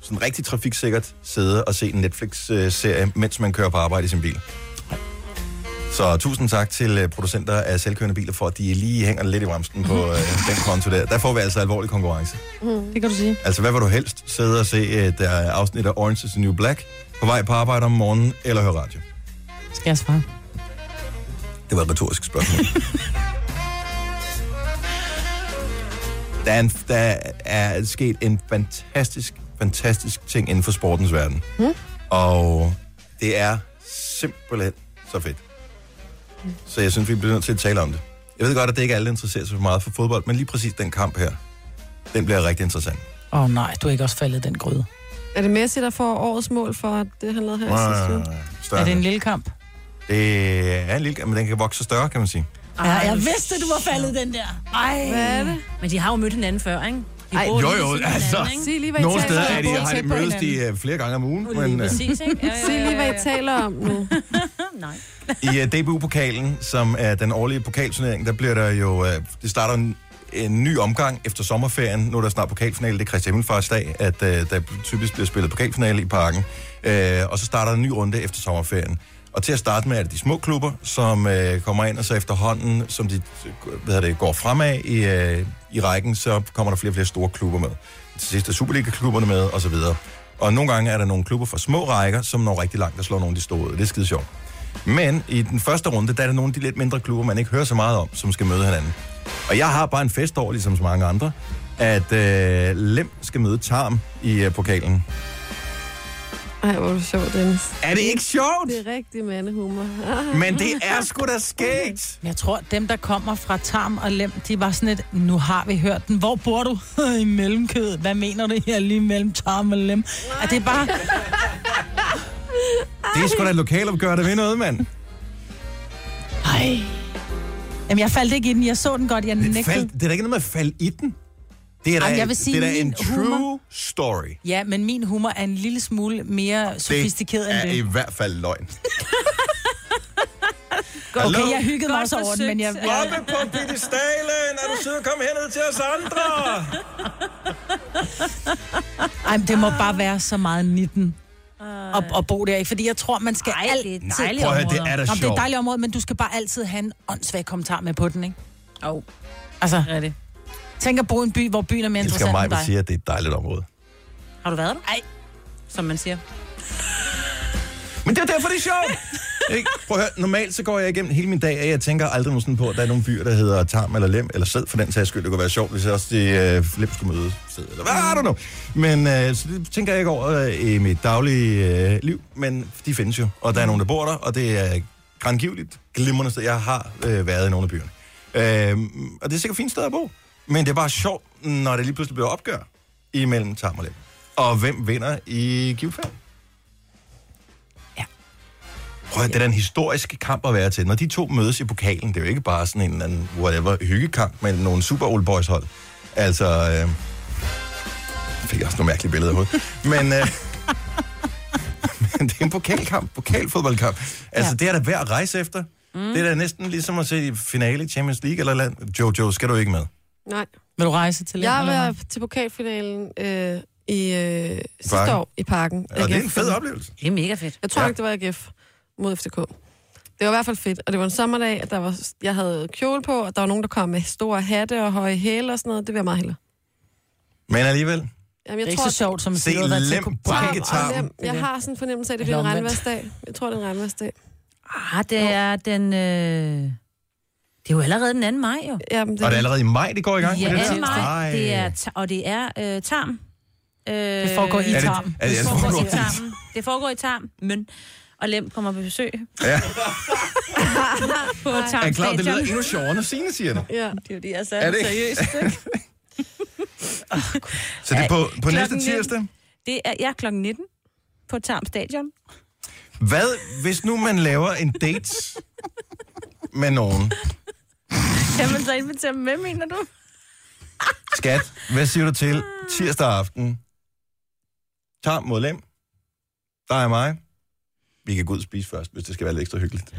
sådan rigtig trafiksikkert sidde og se en Netflix-serie, øh, mens man kører på arbejde i sin bil. Så tusind tak til øh, producenter af selvkørende biler for, at de lige hænger lidt i bremsen på øh, den konto der. Der får vi altså alvorlig konkurrence.
Det kan du sige.
Altså, hvad vil du helst? Sidde og se et øh, afsnit af Orange is the New Black på vej på arbejde om morgenen, eller høre radio?
Skal jeg svare?
Det var et retorisk spørgsmål. der, er en, der er sket en fantastisk, fantastisk ting inden for sportens verden. Mm.
Hmm?
Og det er simpelthen så fedt. Så jeg synes, vi bliver nødt til at tale om det. Jeg ved godt, at det ikke er alle, der interesserer sig for meget for fodbold, men lige præcis den kamp her, den bliver rigtig interessant.
Åh oh, nej, du er ikke også faldet i den gryde.
Er det Messi, der får årets mål for det, han lavede her i sidste uge?
Større.
Er det en lille kamp?
det er en lille, men den kan vokse større, kan man sige.
Ja, jeg vidste, du var faldet i den der. Ej.
Hvad er det?
Men de har jo mødt hinanden før, ikke? De
Ej,
bor
jo,
lige ved
jo,
siden af
altså.
hinanden, ikke?
Sig lige, hvad I
Nogle
taler
steder
om.
er de,
både
har de
tæt på
mødes de
hinanden.
øh, flere gange om ugen,
Lige
men øh,
præcis, ikke? Ja, ja,
Sig lige,
ja,
hvad I
ja.
taler om nu.
Nej.
I uh, DBU-pokalen, som er den årlige pokalturnering, der bliver der jo... Uh, det starter en, en ny omgang efter sommerferien. Nu er der snart pokalfinale, det er Christi Himmelfarts dag, at uh, der typisk bliver spillet pokalfinale i parken. Uh, og så starter en ny runde efter sommerferien. Og til at starte med er det de små klubber, som øh, kommer ind, og så efterhånden, som de øh, hvad hedder det, går fremad i, øh, i rækken, så kommer der flere og flere store klubber med. Til sidst er Superliga-klubberne med, og så videre. Og nogle gange er der nogle klubber fra små rækker, som når rigtig langt og slår nogle af de store. ud. Det er skide sjovt. Men i den første runde, der er der nogle af de lidt mindre klubber, man ikke hører så meget om, som skal møde hinanden. Og jeg har bare en fest over, ligesom så mange andre, at øh, Lem skal møde Tarm i øh, pokalen.
Ej, hvor er du sjov, Dennis.
Er det ikke sjovt?
Det er rigtig mandehumor.
Men det er sgu da skægt!
Men Jeg tror, dem, der kommer fra Tarm og Lem, de var sådan et, nu har vi hørt den. Hvor bor du? I mellemkødet. Hvad mener du her lige mellem Tarm og Lem? Er det bare...
Det er sgu da et lokalopgør, der ved noget, mand.
Ej. Jamen, jeg faldt ikke i den. Jeg så den godt. Jeg
Det,
nægtede.
fald, det er da ikke noget med at falde i den. Det er da,
Ej, jeg vil sige,
det er da en
min
true
humor-
story.
Ja, men min humor er en lille smule mere sofistikeret
det
end
er i
det.
hvert fald løgn. Hallo?
Okay, jeg hyggede mig også over den, men jeg... jeg
Oppe på pedestalen, er du sød at komme herned til os andre?
ej, men det må
Ah.
bare være så meget nitten at, at bo der, ikke? Fordi jeg tror, man skal
Ej, det
altid...
er et
Nej,
dejligt
prøv at høre,
område.
det er da
Nå, men det er et
sjovt.
dejligt område, men du skal bare altid have en åndssvag kommentar med på den, ikke?
Åh, oh,
Altså,
er det.
tænk at bo i en by, hvor byen er mere
Jeg elsker
interessant
mig,
end
at
dig.
sige, at det er et dejligt område.
Har du været der?
Ej,
Som man siger.
Men det er derfor, det er sjovt. Ikke? Prøv at høre, normalt så går jeg igennem hele min dag, og jeg tænker aldrig nogensinde på, at der er nogle byer, der hedder Tarm eller Lem, eller Sæd for den sags skyld. Det kunne være sjovt, hvis også det øh, Lem skulle møde Sæd, eller hvad er know. Men øh, så det tænker jeg ikke over øh, i mit daglige øh, liv, men de findes jo. Og der er nogen, der bor der, og det er grangivligt glimrende sted. Jeg har øh, været i nogle af byerne. Øh, og det er sikkert fint sted at bo. Men det er bare sjovt, når det lige pludselig bliver opgør imellem Tarm og Lem. Og hvem vinder i givet fald? Prøv at, det er da en historisk kamp at være til. Når de to mødes i pokalen, det er jo ikke bare sådan en eller anden whatever hyggekamp mellem nogle super old boys hold. Altså, øh, fik jeg også nogle mærkelige billeder i hovedet. Men, øh, men det er en pokalkamp, pokalfodboldkamp. Altså, ja.
Ja.
det er da værd at rejse efter. Mm. Det er da næsten ligesom at se i finale i Champions League eller et eller andet. Jojo, skal du ikke med?
Nej.
vil du rejse til
Jeg
Lem?
var til pokalfinalen øh, i øh,
Parken.
sidste år i parken.
Og det er en
AGF.
fed oplevelse.
Det er mega fedt.
Jeg tror
Ja.
ja. ikke, det var AGF mod FCK. Det var i hvert fald fedt, og det var en sommerdag, og der var, jeg havde kjole på, og der var nogen, der kom med store hatte og høje hæle og sådan noget. Det vil jeg meget hellere.
Men alligevel,
Jamen, jeg
Det er ikke så sjovt, som hvis
se
det havde været til
lem,
Copenhagen.
brække
Tarm og
tarmen.
lem. Jeg har sådan en fornemmelse af, at det
Eller
bliver en
omvendt.
regnværsdag. Jeg tror, det er en regnværsdag.
Ah, det er den... Øh... Det er jo allerede den 2. maj, jo.
Jamen, det,
Og det er allerede i maj, det går i gang
Ja,
med det
2.
der.
maj,
Ej.
det er, ta- og det er øh, tarm. Øh, det
foregår i
Er det,
Tarm.
er det, er
Det
det,
foregår i
foregår-
tarmen. Det foregår i tarm, men og Lem kommer på besøg
Ja.
på
Er I klar, over, det lyder
tarmstadion.
endnu sjovere, når Signe siger det.
ja.
Det er jo det, jeg
Er
sagde
det ikke?
seriøst.
Så det er på, på
Klokken
næste
nitten.
tirsdag.
Det er jeg klokken 19 på Tarm Stadion.
Hvad, hvis nu man laver en date med nogen?
Kan man så invitere dem med, mener du?
Skat, hvad siger du til tirsdag aften? Tarm mod lem. Der er mig. Vi kan gå ud og spise først, hvis det skal være lidt ekstra hyggeligt.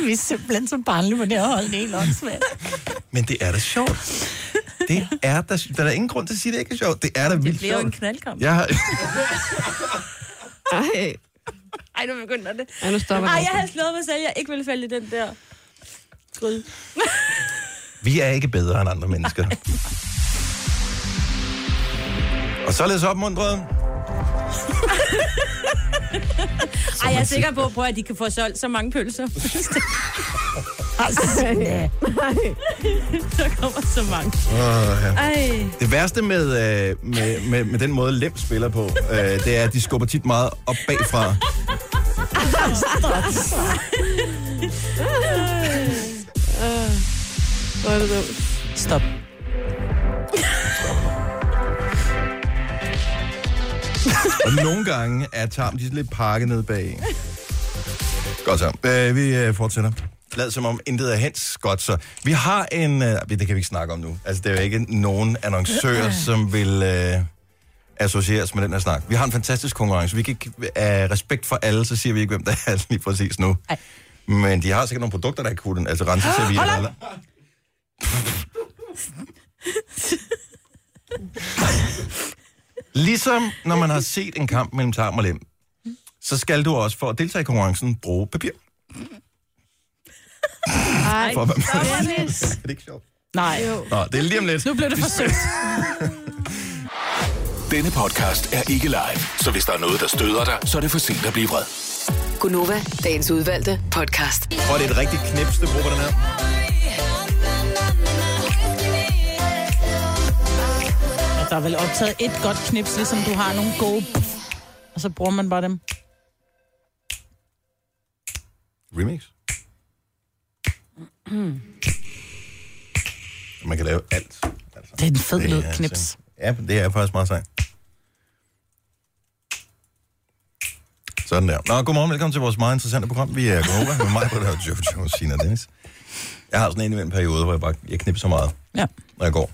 Vi er simpelthen så barnlige på det her hold. Det er helt åndssvagt.
Men det er da sjovt. Det er da, der er da ingen grund til at sige, at det ikke er sjovt. Det er da
Det
vildt
bliver jo en
sjovt.
knaldkamp.
Jeg har,
Ej.
Ej, nu begynder det.
Ej, nu stopper
Ej,
det.
jeg havde slået mig selv. Jeg ikke ville falde i den der gryde.
vi er ikke bedre end andre mennesker. Og således opmuntret.
Ej, jeg er sikker på, prøv, at de kan få solgt så mange pølser. Der kommer så mange.
Åh, ja.
Ej,
Det værste med, øh, med, med, med den måde, Lem spiller på, øh, det er, at de skubber tit meget op bagfra.
Hvor er det dumt.
Stop.
Og nogle gange er tarmen de er lidt pakket ned bag. Godt så. Øh, vi øh, fortsætter. Lad som om intet er hens. Godt så. Vi har en... Øh, det kan vi ikke snakke om nu. Altså, det er jo ikke nogen annoncør, som vil... Øh, associeres med den her snak. Vi har en fantastisk konkurrence. Vi kan ikke, af respekt for alle, så siger vi ikke, hvem der er lige præcis nu.
Ej.
Men de har sikkert nogle produkter, der ikke kunne den. Altså renseservietter. eller... Ligesom når man har set en kamp mellem tarm og lem, så skal du også for at deltage i konkurrencen bruge papir.
Nej,
For at være med. Er det ikke sjovt?
Nej.
Nå, det er lige om lidt.
Nu blev det forsøgt.
Denne podcast er ikke live, så hvis der er noget, der støder dig, så er det for sent at blive vred.
Gunova, dagens udvalgte podcast.
Og det er et rigtigt knips, du bruger på den her.
Ja, der er vel optaget et godt knips, ligesom du har nogle gode... Og så bruger man bare dem.
Remix. Hmm. Man kan lave alt. Altså,
Det er en fed lyd,
er
knips.
simpelthen- Ja, men det er faktisk meget sejt. Sådan der. Nå, godmorgen, velkommen til vores meget interessante program. Vi er Gunova med mig, Britta, og Jojo, Sina og Dennis. Jeg har sådan en en periode, hvor jeg bare jeg knipper så meget,
Ja.
når jeg går.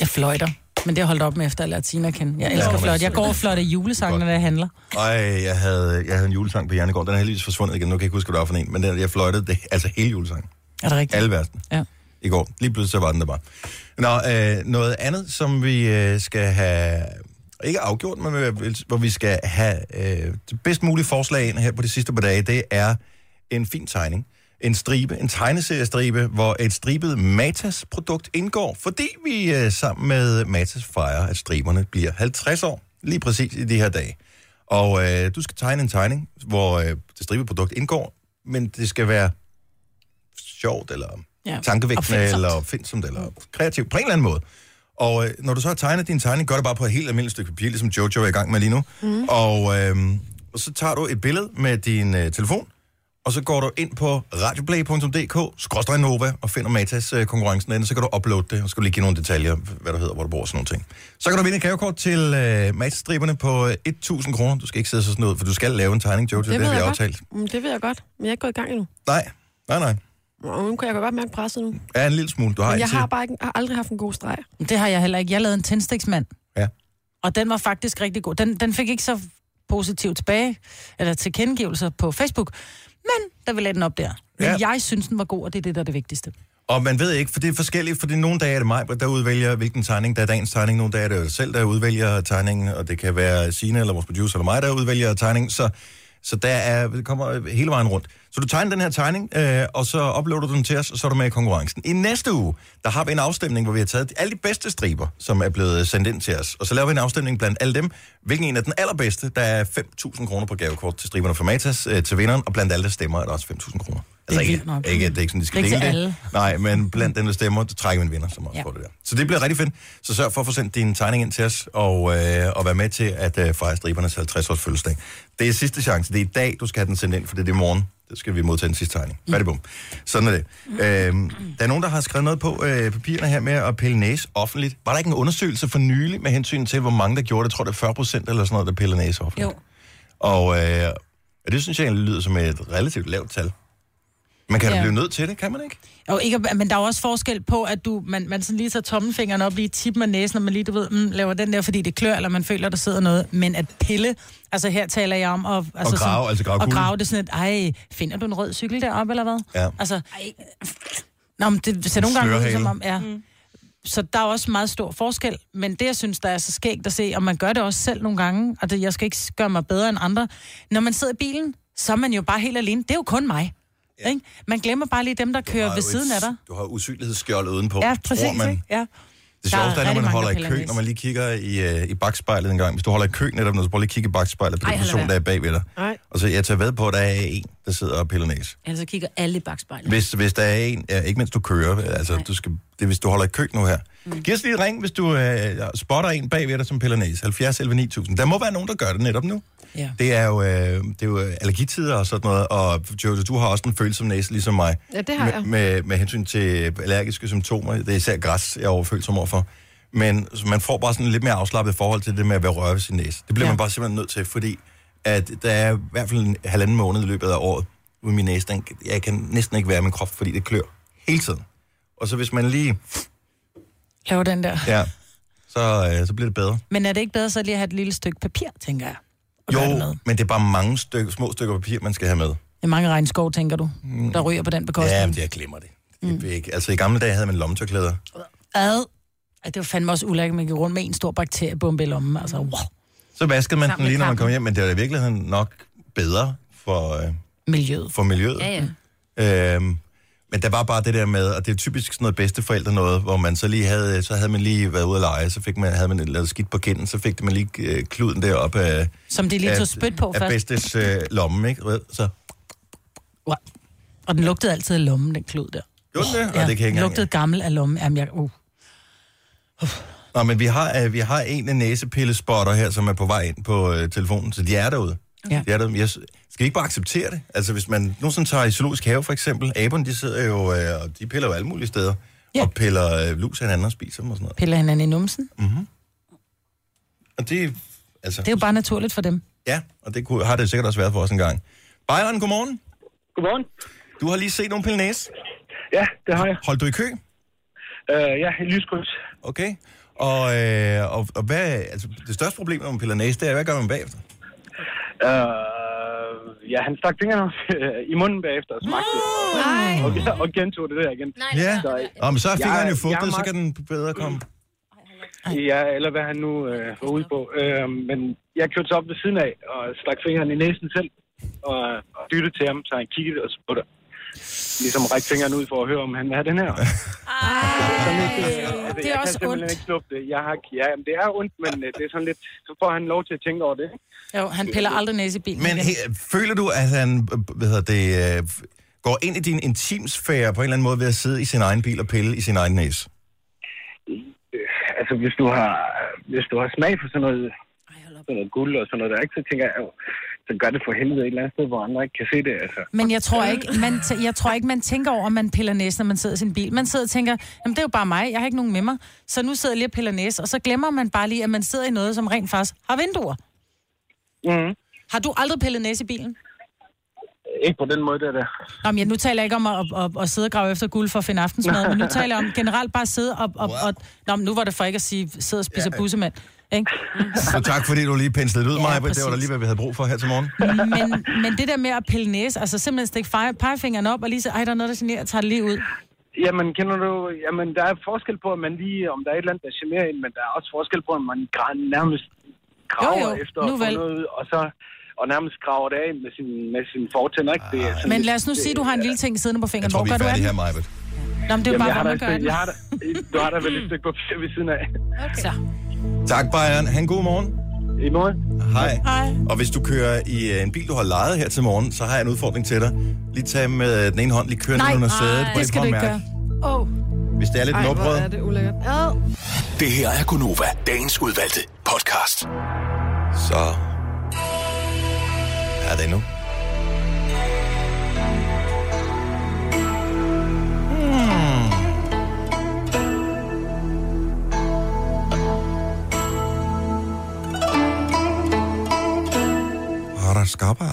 Jeg fløjter. Men det har jeg holdt op med, efter jeg lærte Tina at kende. Jeg elsker
Ja,
ja,
men
fløjt. Jeg
så-
går og fløjter julesang, når jeg handler.
Ej, jeg havde, jeg havde en julesang på hjernen i går. Den er heldigvis forsvundet igen. Nu kan jeg ikke huske, hvad det var for en. Men den, jeg fløjtede det, altså hele julesangen.
Er det rigtigt?
Alle versene.
Ja.
i går. Lige pludselig så var den der bare. Nå, øh, noget andet, som vi øh, skal have, ikke afgjort, men øh, hvor vi skal have øh, det bedst mulige forslag ind her på de sidste par dage, det er en fin tegning. En stribe, en tegneseriestribe, hvor et stribet Matas-produkt indgår, fordi vi øh, sammen med Matas fejrer, at striberne bliver 50 år, lige præcis i de her dage. Og øh, du skal tegne en tegning, hvor øh, det stribede produkt indgår, men det skal være sjovt, eller ja.
Ja.
tankevækkende,
Opfindsomt.
eller opfindsomt, eller kreativt, på en eller anden måde. Og øh, når du så har tegnet din tegning, gør det bare på et helt almindeligt stykke papir, ligesom Jojo er i gang med lige nu. Mm. Og, øh, og så tager du et billede med din øh, telefon, og så går du ind på radioplay.dk, skråstrej Nova, og finder Matas øh, konkurrencen derinde, så kan du uploade det, og så skal du lige give nogle detaljer, hvad du hedder, hvor du bor og sådan nogle ting. Så kan du vinde et gavekort til øh, Matas-striberne på øh, 1000 kroner. Du skal ikke sidde så sådan ud, for du skal lave en tegning, Jojo, det, det har vi aftalt.
godt. Mm, det ved jeg godt, men jeg er ikke gået i gang endnu.
Nej, nej, nej.
Og nu kan jeg godt mærke presset nu. Men
Ja, en lille smule. Du har
jeg
altid-
har bare ikke, har aldrig haft en god streg.
Det har jeg heller ikke. Jeg lavede en tændstiksmand.
Ja.
Og den var faktisk rigtig god. Den, den fik ikke så positivt tilbage, eller tilkendegivelser på Facebook. Men der vil lade den op der. Men
Ja.
ja. jeg synes, den var god, og det er det, der er det vigtigste.
Og man ved ikke, for det er forskelligt, fordi nogle dage er det mig, der udvælger, hvilken tegning der er dagens tegning. Nogle dage er det jo selv, der udvælger tegningen, og det kan være Sine eller vores producer eller mig, der udvælger tegningen. Så, så der er, det kommer hele vejen rundt. Så du tegner den her tegning, øh, og så uploader du den til os, og så er du med i konkurrencen. I næste uge, der har vi en afstemning, hvor vi har taget alle de bedste striber, som er blevet sendt ind til os. Og så laver vi en afstemning blandt alle dem, hvilken en er den allerbedste. Der er 5.000 kroner på gavekort til striberne fra Matas øh, til vinderen, og blandt alle, der stemmer, er der også 5.000 kroner. Altså
vildt
ikke,
nok.
ikke, det er ikke sådan, de skal
Det er ikke
dele
til
det.
alle.
Nej, men blandt dem, der stemmer, der trækker vi en vinder, som også ja.
Ja.
får det der. Så det bliver rigtig fedt. Så sørg for at få sendt din tegning ind til os, og, øh, og være med til at øh, fejre stribernes 50-års fødselsdag. Det er sidste chance. Det er i dag, du skal have den sendt ind, for det er i morgen. Det skal vi modtage den sidste tegning. Mm. Færdig bum. Sådan er det. Øhm, der er nogen, der har skrevet noget på øh, papirerne her med at pille næse offentligt. Var der ikke en undersøgelse for nylig med hensyn til, hvor mange der gjorde det? Jeg tror, det er 40 procent eller sådan noget, der piller næse offentligt. Jo. Og øh, og det synes jeg egentlig lyder som et relativt lavt tal. Man kan ja. da
Ja.
blive nødt til det, kan man ikke?
Og ikke, at- men der er jo også forskel på, at du, man, man sådan lige tager tommelfingeren op, lige tipper med næsen, og man lige, du ved, mm, laver den der, fordi det klør, eller man føler, der sidder noget. Men at pille, altså her taler jeg om, og, altså
grave, altså grave
og
kuglen.
grave det sådan et, ej, finder du en rød cykel deroppe, eller hvad?
Ja.
Altså, Nå, men det ser nogle gange ud,
Slørhale.
som om, ja. Mm. Så der er også meget stor forskel, men det, jeg synes, der er så skægt at se, og man gør det også selv nogle gange, og det, jeg skal ikke gøre mig bedre end andre, når man sidder i bilen, så er man jo bare helt alene. Det er jo kun mig. Ja. Ikke? Man glemmer bare lige dem, der kører
har
ved
jo
siden
et-
af dig.
Du har usynlighedsskjold udenpå,
Ja,
tror
præcis.
man.
Ikke? Ja.
Det
Der er
sjoveste er, når man
rigtig mange,
holder i
der piller
kø,
næse.
når man lige kigger i, øh, i bagspejlet en gang. Hvis du holder i kø netop, når du prøver lige at kigge i bagspejlet på den
Ej, lad
person,
være.
der er bagved dig.
Nej.
Og så jeg tager ved på, at der er en, der sidder og piller næse.
Altså kigger alle i bagspejlet.
Hvis, hvis der er en, ja, ikke mindst du kører, altså du skal, det er, hvis du holder i kø nu her. Mm. Giv os lige et ring, hvis du øh, spotter en bagved dig, som piller næse. 70 11 9000. Der må være nogen, der gør det netop nu.
Ja.
Det er jo, øh, det er jo øh, allergitider og sådan noget, og Jojo, du har også en følsom næse, ligesom mig.
Ja, det har
med,
jeg.
Med, med hensyn til allergiske symptomer, det er især græs, jeg er overfølsom overfor. Men så man får bare sådan lidt mere afslappet forhold til det med at være røre ved sin næse. Det bliver ja.
Ja.
man bare simpelthen nødt til, fordi at der er i hvert fald en halvanden måned i løbet af året, hvor min næse, den, jeg kan næsten ikke være i min krop, fordi det klør hele tiden. Og så hvis man lige,
Laver den der.
ja, så så, øh, så bliver det bedre.
Men er det ikke bedre så lige at have et lille stykke papir, tænker jeg? at gøre det med?
Jo, men det er bare mange stykker, små stykker papir, man skal have med.
Det er mange regnskov, tænker du,
Mm.
der ryger på den bekostning.
Ja, men jeg glemmer det. det mm. ikke. Altså, i gamle dage havde man lommetørklæder.
Ad. Ej, det var fandme også ulækkert, at man gik rundt med en stor bakteriebombe i lommen. Altså, wow.
Så vaskede man
Sammen
den
med
lige, når man
kaffen.
kom hjem, men det var i virkeligheden nok bedre for, øh,
Miljøet.
for miljøet.
Ja, ja.
Øhm, men der var bare det der med, og det er typisk sådan noget bedsteforældre noget, hvor man så lige havde, så havde man lige været ude at lege, så fik man, havde man lavet skidt på kinden, så fik man lige øh, kluden derop af,
Som de lige
af,
tog spyt på
af
først.
bedstes øh, lomme, ikke? Du ved, Så
Wow. Og den lugtede altid af lommen, den klud der.
gjorde den det, og det kan jeg ikke
lugtede
engang.
gammel af lommen. Jamen, jeg, uh.
Nå, men vi har, øh, vi har en af næsepillespotter her, som er på vej ind på øh, telefonen, så de er derude.
Ja.
De er derude. Jeg, s- skal vi ikke bare acceptere det? Altså, hvis man nu sådan tager i zoologisk have, for eksempel, aberne, de sidder jo, øh, og de piller jo alle mulige steder,
Ja.
og piller øh, lus af hinanden og spiser dem og sådan Mhm. noget.
Piller hinanden i numsen.
Og det, altså,
Det er jo bare naturligt for dem.
Ja, og det kunne, har det sikkert også været for os en gang. Byron, godmorgen.
Godmorgen.
Du har lige set nogle pilnæs.
Ja, det har jeg.
Holdt du i kø?
Øh, ja, en lyskryds.
Okay. Og, øh, og, og hvad, altså, det største problem, når man piller næse, det er, hvad gør man bagefter?
Øh, ja, han stak fingrene op, øh, i munden bagefter og smagte det. Og, og gentog det der igen.
Nej, ja. Nå, men så er fingeren
Jeg-
jo
jeg
fugtet,
er
så
meget- Mm.
kan den bedre komme.
Ja, eller hvad han nu øh, var ude på. Øh, men jeg kørte så op ved siden af og stak fingeren i næsen selv. Og, og dyttede til ham, så han kiggede og spurgte. Ligesom række fingeren ud for at høre, om han vil have den her. Sådan lidt, øh, altså,
det er
jeg
også
kan simpelthen
ondt.
ikke sluppe det. Jeg har, ja, jamen, det er ondt, men øh, det er sådan lidt... Så får han lov til at tænke over det. ikke?
Jo, han piller aldrig næse i bilen.
Men he, føler du, at han øh, hvad hedder det, øh, går ind i din intimsfære på en eller anden måde ved at sidde i sin egen bil og pille i sin egen næse?
altså, hvis du har, hvis du har smag for sådan noget, sådan noget guld og sådan noget der, ikke, så tænker jeg, jo, så gør det for helvede et eller andet sted, hvor andre ikke kan se det. Altså.
Men jeg tror, ikke, man tæ- jeg tror ikke, man tænker over, at man piller næse, når man sidder i sin bil. Man sidder og tænker, jamen det er jo bare mig, jeg har ikke nogen med mig. Så nu sidder jeg lige og piller næse, og så glemmer man bare lige, at man sidder i noget, som rent faktisk har vinduer.
Mm.
Har du aldrig pillet næse i bilen?
Ikke på den måde, der der.
Nå, men jeg, nu taler jeg ikke om at, at, at, at sidde og grave efter guld for at finde aftensmad, men nu taler jeg om generelt bare at sidde og... og, og nå, men nu var det for ikke at sige, sidde og spise ja. bussemænd. Ikke?
Så tak, fordi du lige penslede det ud,
Ja,
Maja. Det var da
præcis.
lige, hvad vi havde brug for her til morgen.
Men, men det der med at pille næse, altså simpelthen stikke fej- pegefingeren op og lige sige, ej, der er noget, der generer, tager det lige ud.
Jamen, kender du, jamen, der er forskel på, at man lige, om der er et eller andet, der generer en, men der er også forskel på, at man gra- nærmest graver
Jo, jo,
efter
nu
at få
vel.
noget, og så og nærmest graver det af med sin, med sin fortænder, ikke? Det er sådan
Men
lidt-
lad os nu sige, du har en lille ting siddende på
Jeg
fingeren.
tror,
Hvor
vi er
gør du af
færdige
den?
her, Maja.
Nå, men det er jo
Jamen,
bare,
jeg har da,
hvor man
et
gør af
stykke-
den.
jeg har da, du har da vel et stykke papir ved siden af.
Så.
Tak, Byron. Han god morgen.
I måde?
Hej.
Hej.
Og hvis du kører i øh, en bil, du har lejet her til morgen, så har jeg en udfordring til dig. Lige tag med øh, den ene hånd, lige kør ned
Nej,
under sædet. Bare lige
det skal
for
du
at
ikke
mærke.
gøre.
Hvis det er lidt
Ej, hvor
nordbrød.
er det ulækkert.
Det her er Gunova, dagens udvalgte podcast.
Så er det nu. Horoscopas.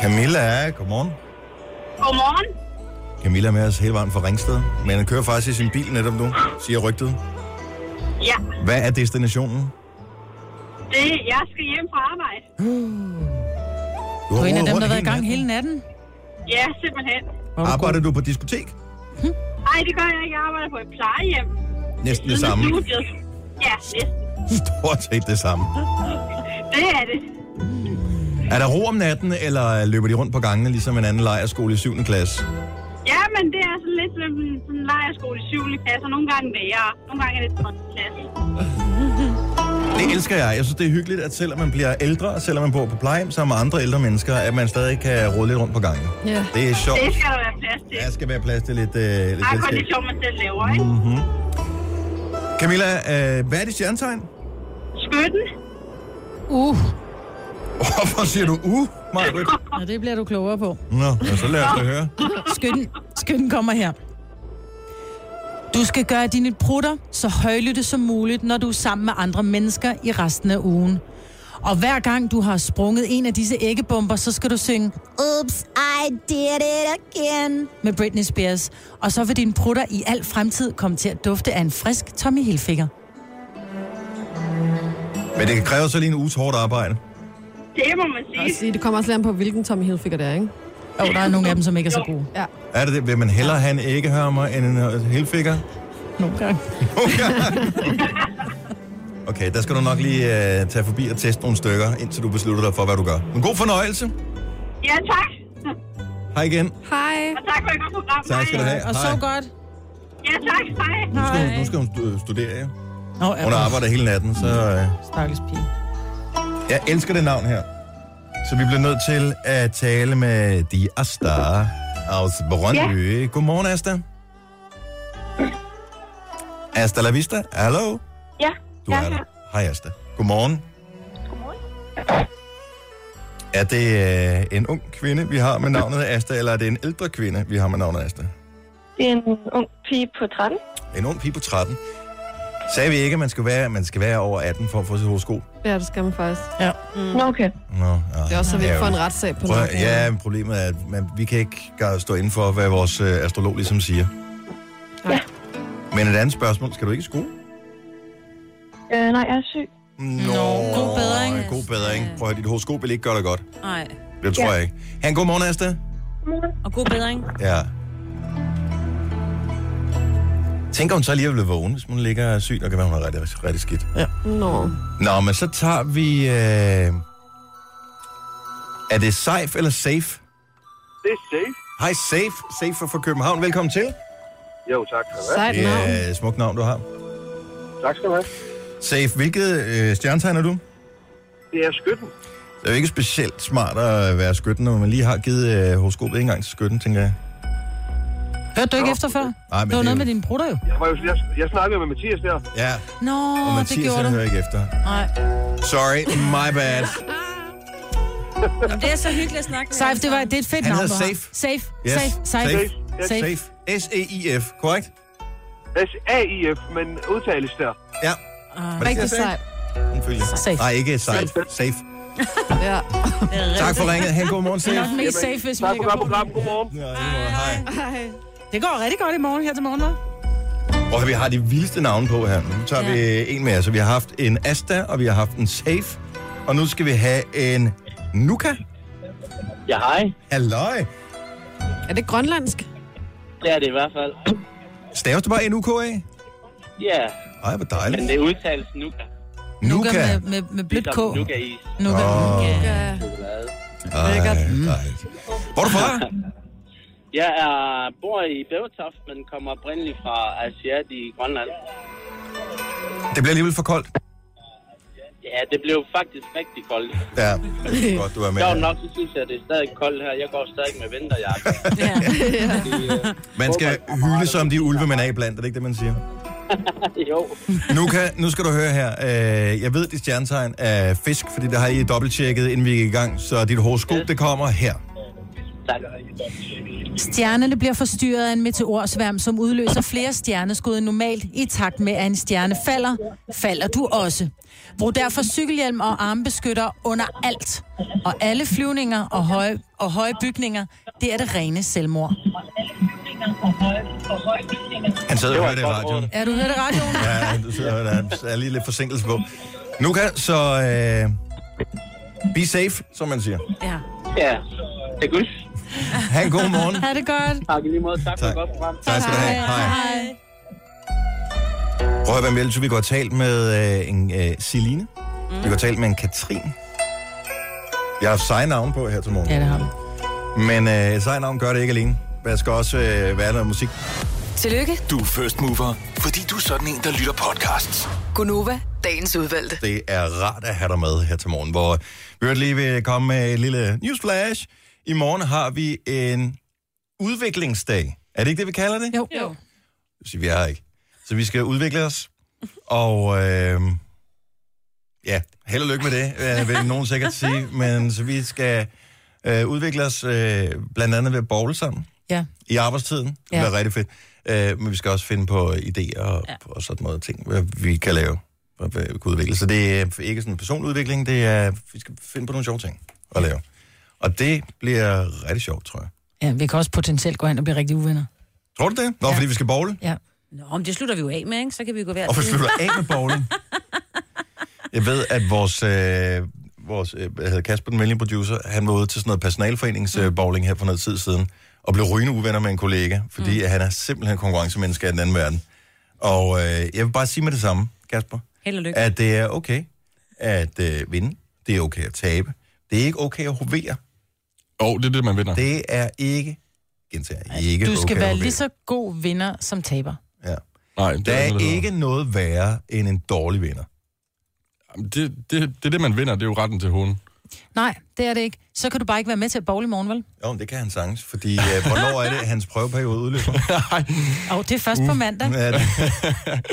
Camilla, godmorgen.
Godmorgen.
Camilla er med os hele vejen fra Ringsted, men han kører faktisk i sin bil netop nu, siger rygtet.
Ja,
Hvad er destinationen?
det, jeg skal hjem fra arbejde.
Du
Du er en af
rodet
dem, der
rundt
har været
hele
i gang
natten.
hele natten.
Ja, simpelthen.
Hvor er du
Arbejder du på diskotek?
Nej, det gør jeg ikke. Jeg arbejder på et plejehjem.
Næsten det
Siden af
samme.
studiet. Ja, næsten.
Stort set det samme.
Det er det.
Er der ro om natten, eller løber de rundt på gangene, ligesom en anden lejerskole i 7. klasse?
Ja, men det er sådan lidt som en- sådan en lejerskole i 7. klasse. og Nogle gange værre. Nogle gange er det 12. klasse.
Det elsker jeg. Jeg synes, det er hyggeligt, at selvom man bliver ældre, og selvom man bor på plejehjem sammen med andre ældre mennesker, at man stadig kan rode lidt rundt på gangen.
Ja.
Det er sjovt.
Det skal der være plads til.
Der skal være plads til lidt, øh, lidt
Der er
selskab.
kondition, man selv laver, ikke?
Mm-hmm. Camilla, øh, hvad er dit stjernetegn?
Skytten.
Uh,
Hvorfor siger du uh, Marvitt?
ja, det bliver du klogere på.
Nå, ja, så lad os da høre.
Skytten, skytten kommer her. Du skal gøre dine prutter så højlytte som muligt, når du er sammen med andre mennesker i resten af ugen. Og hver gang du har sprunget en af disse æggebomber, så skal du synge Oops, I did it again med Britney Spears. Og så vil dine prutter i al fremtid komme til at dufte af en frisk Tommy Hilfiger.
Men det kræver så lige en uges hårdt arbejde.
Det må man
Jeg
sige.
vil sige, det kommer også lidt an på, hvilken Tommy Hilfiger det er, ikke?
Jo, der er nogle af dem, som ikke er så gode.
Ja.
Er det det? Vil man hellere have en æggehørmer end en øh, helfikker?
Nogle gange.
Okay, der skal du nok lige øh, tage forbi og teste nogle stykker, indtil du beslutter dig for, hvad du gør. Men god fornøjelse.
Ja, tak.
Hej igen.
Hej.
Og tak for et godt program.
Tak skal du have.
Og
Hej.
så godt.
Ja, tak. Hej.
Nu skal hun, nu skal hun stu- øh, studere, ja.
Nå, ja,
Hun
hvor
arbejder hele natten, så... Øh,
Stakkels pige.
jeg elsker det navn her. Så vi bliver nødt til at tale med de Asta aus Brøndby. Ja. Godmorgen, Asta. Asta La Vista, hallo.
Ja.
Du er der. Hej, Asta. Godmorgen.
Godmorgen.
Er det øh, en ung kvinde, vi har med navnet Asta, eller er det en ældre kvinde, vi har med navnet Asta?
Det er en ung pige på 13.
En ung pige på 13. Sagde vi ikke, at man skal være, man skal være over 18 for at få sit horoskop?
Ja, det skal man faktisk. Mm.
Nå, okay.
Nå, ja.
Det er også så, vi ikke får en retssag på
Prøv,
noget.
ja, men problemet er, at man, vi kan ikke gøre- stå inden for, hvad vores øh, astrolog ligesom siger.
Ja.
Men et andet spørgsmål, skal du ikke i skole?
Øh, nej, jeg er syg.
Nå,
god bedring.
God bedring. Prøv at høre, dit horoskop vil ikke gøre dig godt.
Nej.
Det tror ja. jeg ikke. Ha' en god morgen, Asta.
Og god bedring.
Ja. Tænk om hun så lige er blevet vågen, hvis hun ligger syg, og kan være, hun er rigtig, rigtig skidt.
Nå.
Nå, men så tager vi... Øh... Er det Seif eller Safe?
Det er safe.
Hej Safe, Safe fra- fra København. Velkommen til.
Jo, tak.
Sejt
Det
navn.
er et smukt navn, du har.
Tak skal du have.
Safe, hvilket øh, stjernetegn er du?
Det er skytten.
Det er jo ikke specielt smart at være skytten, når man lige har givet øh, horoskopet en gang til skytten, tænker jeg.
Hørte du ikke efter før?
Nej, men
det var
det er
noget
jo-
med dine brutter jo.
Jeg, var jo, jeg, jeg snakkede med Mathias der.
Ja,
Nå,
og oh,
det
Mathias
gjorde
han
du.
hører ikke efter.
Nej.
Sorry, my bad.
Jamen, det er så hyggeligt at snakke med
Safe, det, var, det er et fedt
Han
navn,
hedder
du har.
Safe.
Safe.
Yes.
Safe. Safe.
Safe.
Yes.
Safe.
Safe. S-A-I-F, E korrekt?
S-A-I-F, men udtales der.
Ja.
Ah.
Var det ikke
Rigtig
det, jeg sagde?
sejt.
Selvfølgelig.
Safe.
Nej, ikke Safe. Safe.
Ja.
Tak for ringet. Ha' en god morgen,
Det
Safe.
er nok mest safe, hvis vi
Tak for
lægger
godt
på.
program. Godmorgen.
Ja, i lige måde. Hej.
Det går rigtig godt i morgen her til morgen, hva'?
Og vi har de vildeste navne på her. Nu tager ja. vi en mere. Så vi har haft en Asta, og vi har haft en Safe. Og nu skal vi have en Nuka.
Ja, hej.
Halløj.
Er det grønlandsk?
Det er det i hvert fald.
Staves du bare N-U-K-A?
Ja,
Ej, hvor
men
dejligt.
det udtales nuka.
Nuka
Nuka.
med, med, med blødt K.
Ligesom nuka-is.
Nuka.
Åh.
Ja.
Chokolade.
Ej, dejligt.
Mm.
Hvor er du fra?
Jeg er, bor i Bævertoft, men kommer oprindeligt fra Asiat i Grønland.
Det bliver alligevel for koldt.
Ja, det blev faktisk rigtig koldt.
Ja, godt, du er med.
Sjovt nok, så synes jeg, det er stadig koldt her. Jeg går stadig med vinterjakke.
Ja.
Man skal hyle som de ulve, man er iblandt. Er det ikke det, man siger?
jo,
Nu, kan, nu skal du høre her. Øh, jeg ved, dit stjernetegn er fisk, fordi det har I dobbelttjekket, inden vi gik i gang. Så dit horoskop, det kommer her.
tak.
Stjernerne bliver forstyrret af en meteorsværm, som udløser flere stjerneskud end normalt, i takt med, at en stjerne falder, falder du også. Brug derfor cykelhjelm og armbeskytter under alt. Og alle flyvninger og høje, og høje bygninger, det er det rene selvmord.
Mm. Han sidder og hører
et
det i
godt
radioen.
råd.
Er du hørt det, radioen?
Ja, du sidder og hører det. der er lige lidt forsinkelse på. Nu kan så... Øh, be safe, som man siger.
ja.
Ja, det er godt.
Ha' en god morgen.
Er det godt?
Tak i lige måde. Tak for
Tak.
et godt program.
Tak skal du have. Hej.
Hej.
Prøv at høre, hvem vi ellers- vi går og talt med øh, en øh, Celine. Vi går og talt med en Katrin. Jeg har haft seje navne på her til morgen.
Ja, det har du.
Men øh, seje navn gør det ikke alene. Der skal også øh, være noget musik.
Tillykke,
Du er first mover, fordi du er sådan en, der lytter podcasts.
Gunova, dagens udvalgte.
Det er rart at have dig med her til morgen, hvor vi øvrigt lige vil komme med et lille newsflash. I morgen har vi en udviklingsdag. Er det ikke det, vi kalder det?
Jo. jo.
Det vil sige, vi er her ikke. Så vi skal udvikle os. Og øh, ja, held og lykke med det, øh, vil nogen sikkert sige. Men så vi skal øh, udvikle os øh, blandt andet ved at bowle sammen
Ja.
i arbejdstiden. Det bliver
Ja.
rigtig fedt. Øh, men vi skal også finde på idéer og, ja. og sådan noget ting, hvad vi kan lave og hvad vi kan udvikle. Så det er ikke sådan en personudvikling, det er, vi skal finde på nogle sjove ting at lave. Og det bliver rigtig sjovt, tror jeg.
ja, vi kan også potentielt gå hen og blive rigtig uvenner.
Tror du det? Nå, ja. fordi vi skal bowle?
Ja.
Nå, men det slutter vi jo af med, ikke? Så kan vi gå hver
Og vi
til.
slutter af med bowling. Jeg ved, at vores, øh, vores øh, hvad hedder Kasper, den venlige producer, han var ude til sådan noget personalforeningsbowling her for noget tid siden, og blev rygende uvenner med en kollega, fordi mm. han er simpelthen konkurrencemenneske af den anden verden. Og øh, jeg vil bare sige med det samme, Kasper,
Held og lykke.
at det er okay at øh, vinde, det er okay at tabe, det er ikke okay at hovere.
Og det er det, man vinder.
Det er ikke, gentager, ikke
du skal
okay at
være
hovere.
lige så god vinder som taber.
Ja.
Nej,
der er, ikke noget værre end en dårlig vinder.
Det, det, det er det, man vinder, det er jo retten til hunden.
Nej, det er det ikke. Så kan du bare ikke være med til at bowl i morgen, vel?
Jo, men det kan han sagtens, fordi øh, hvornår er det, hans prøveperiode udløber?
Og det er først på mandag.
Ja, det,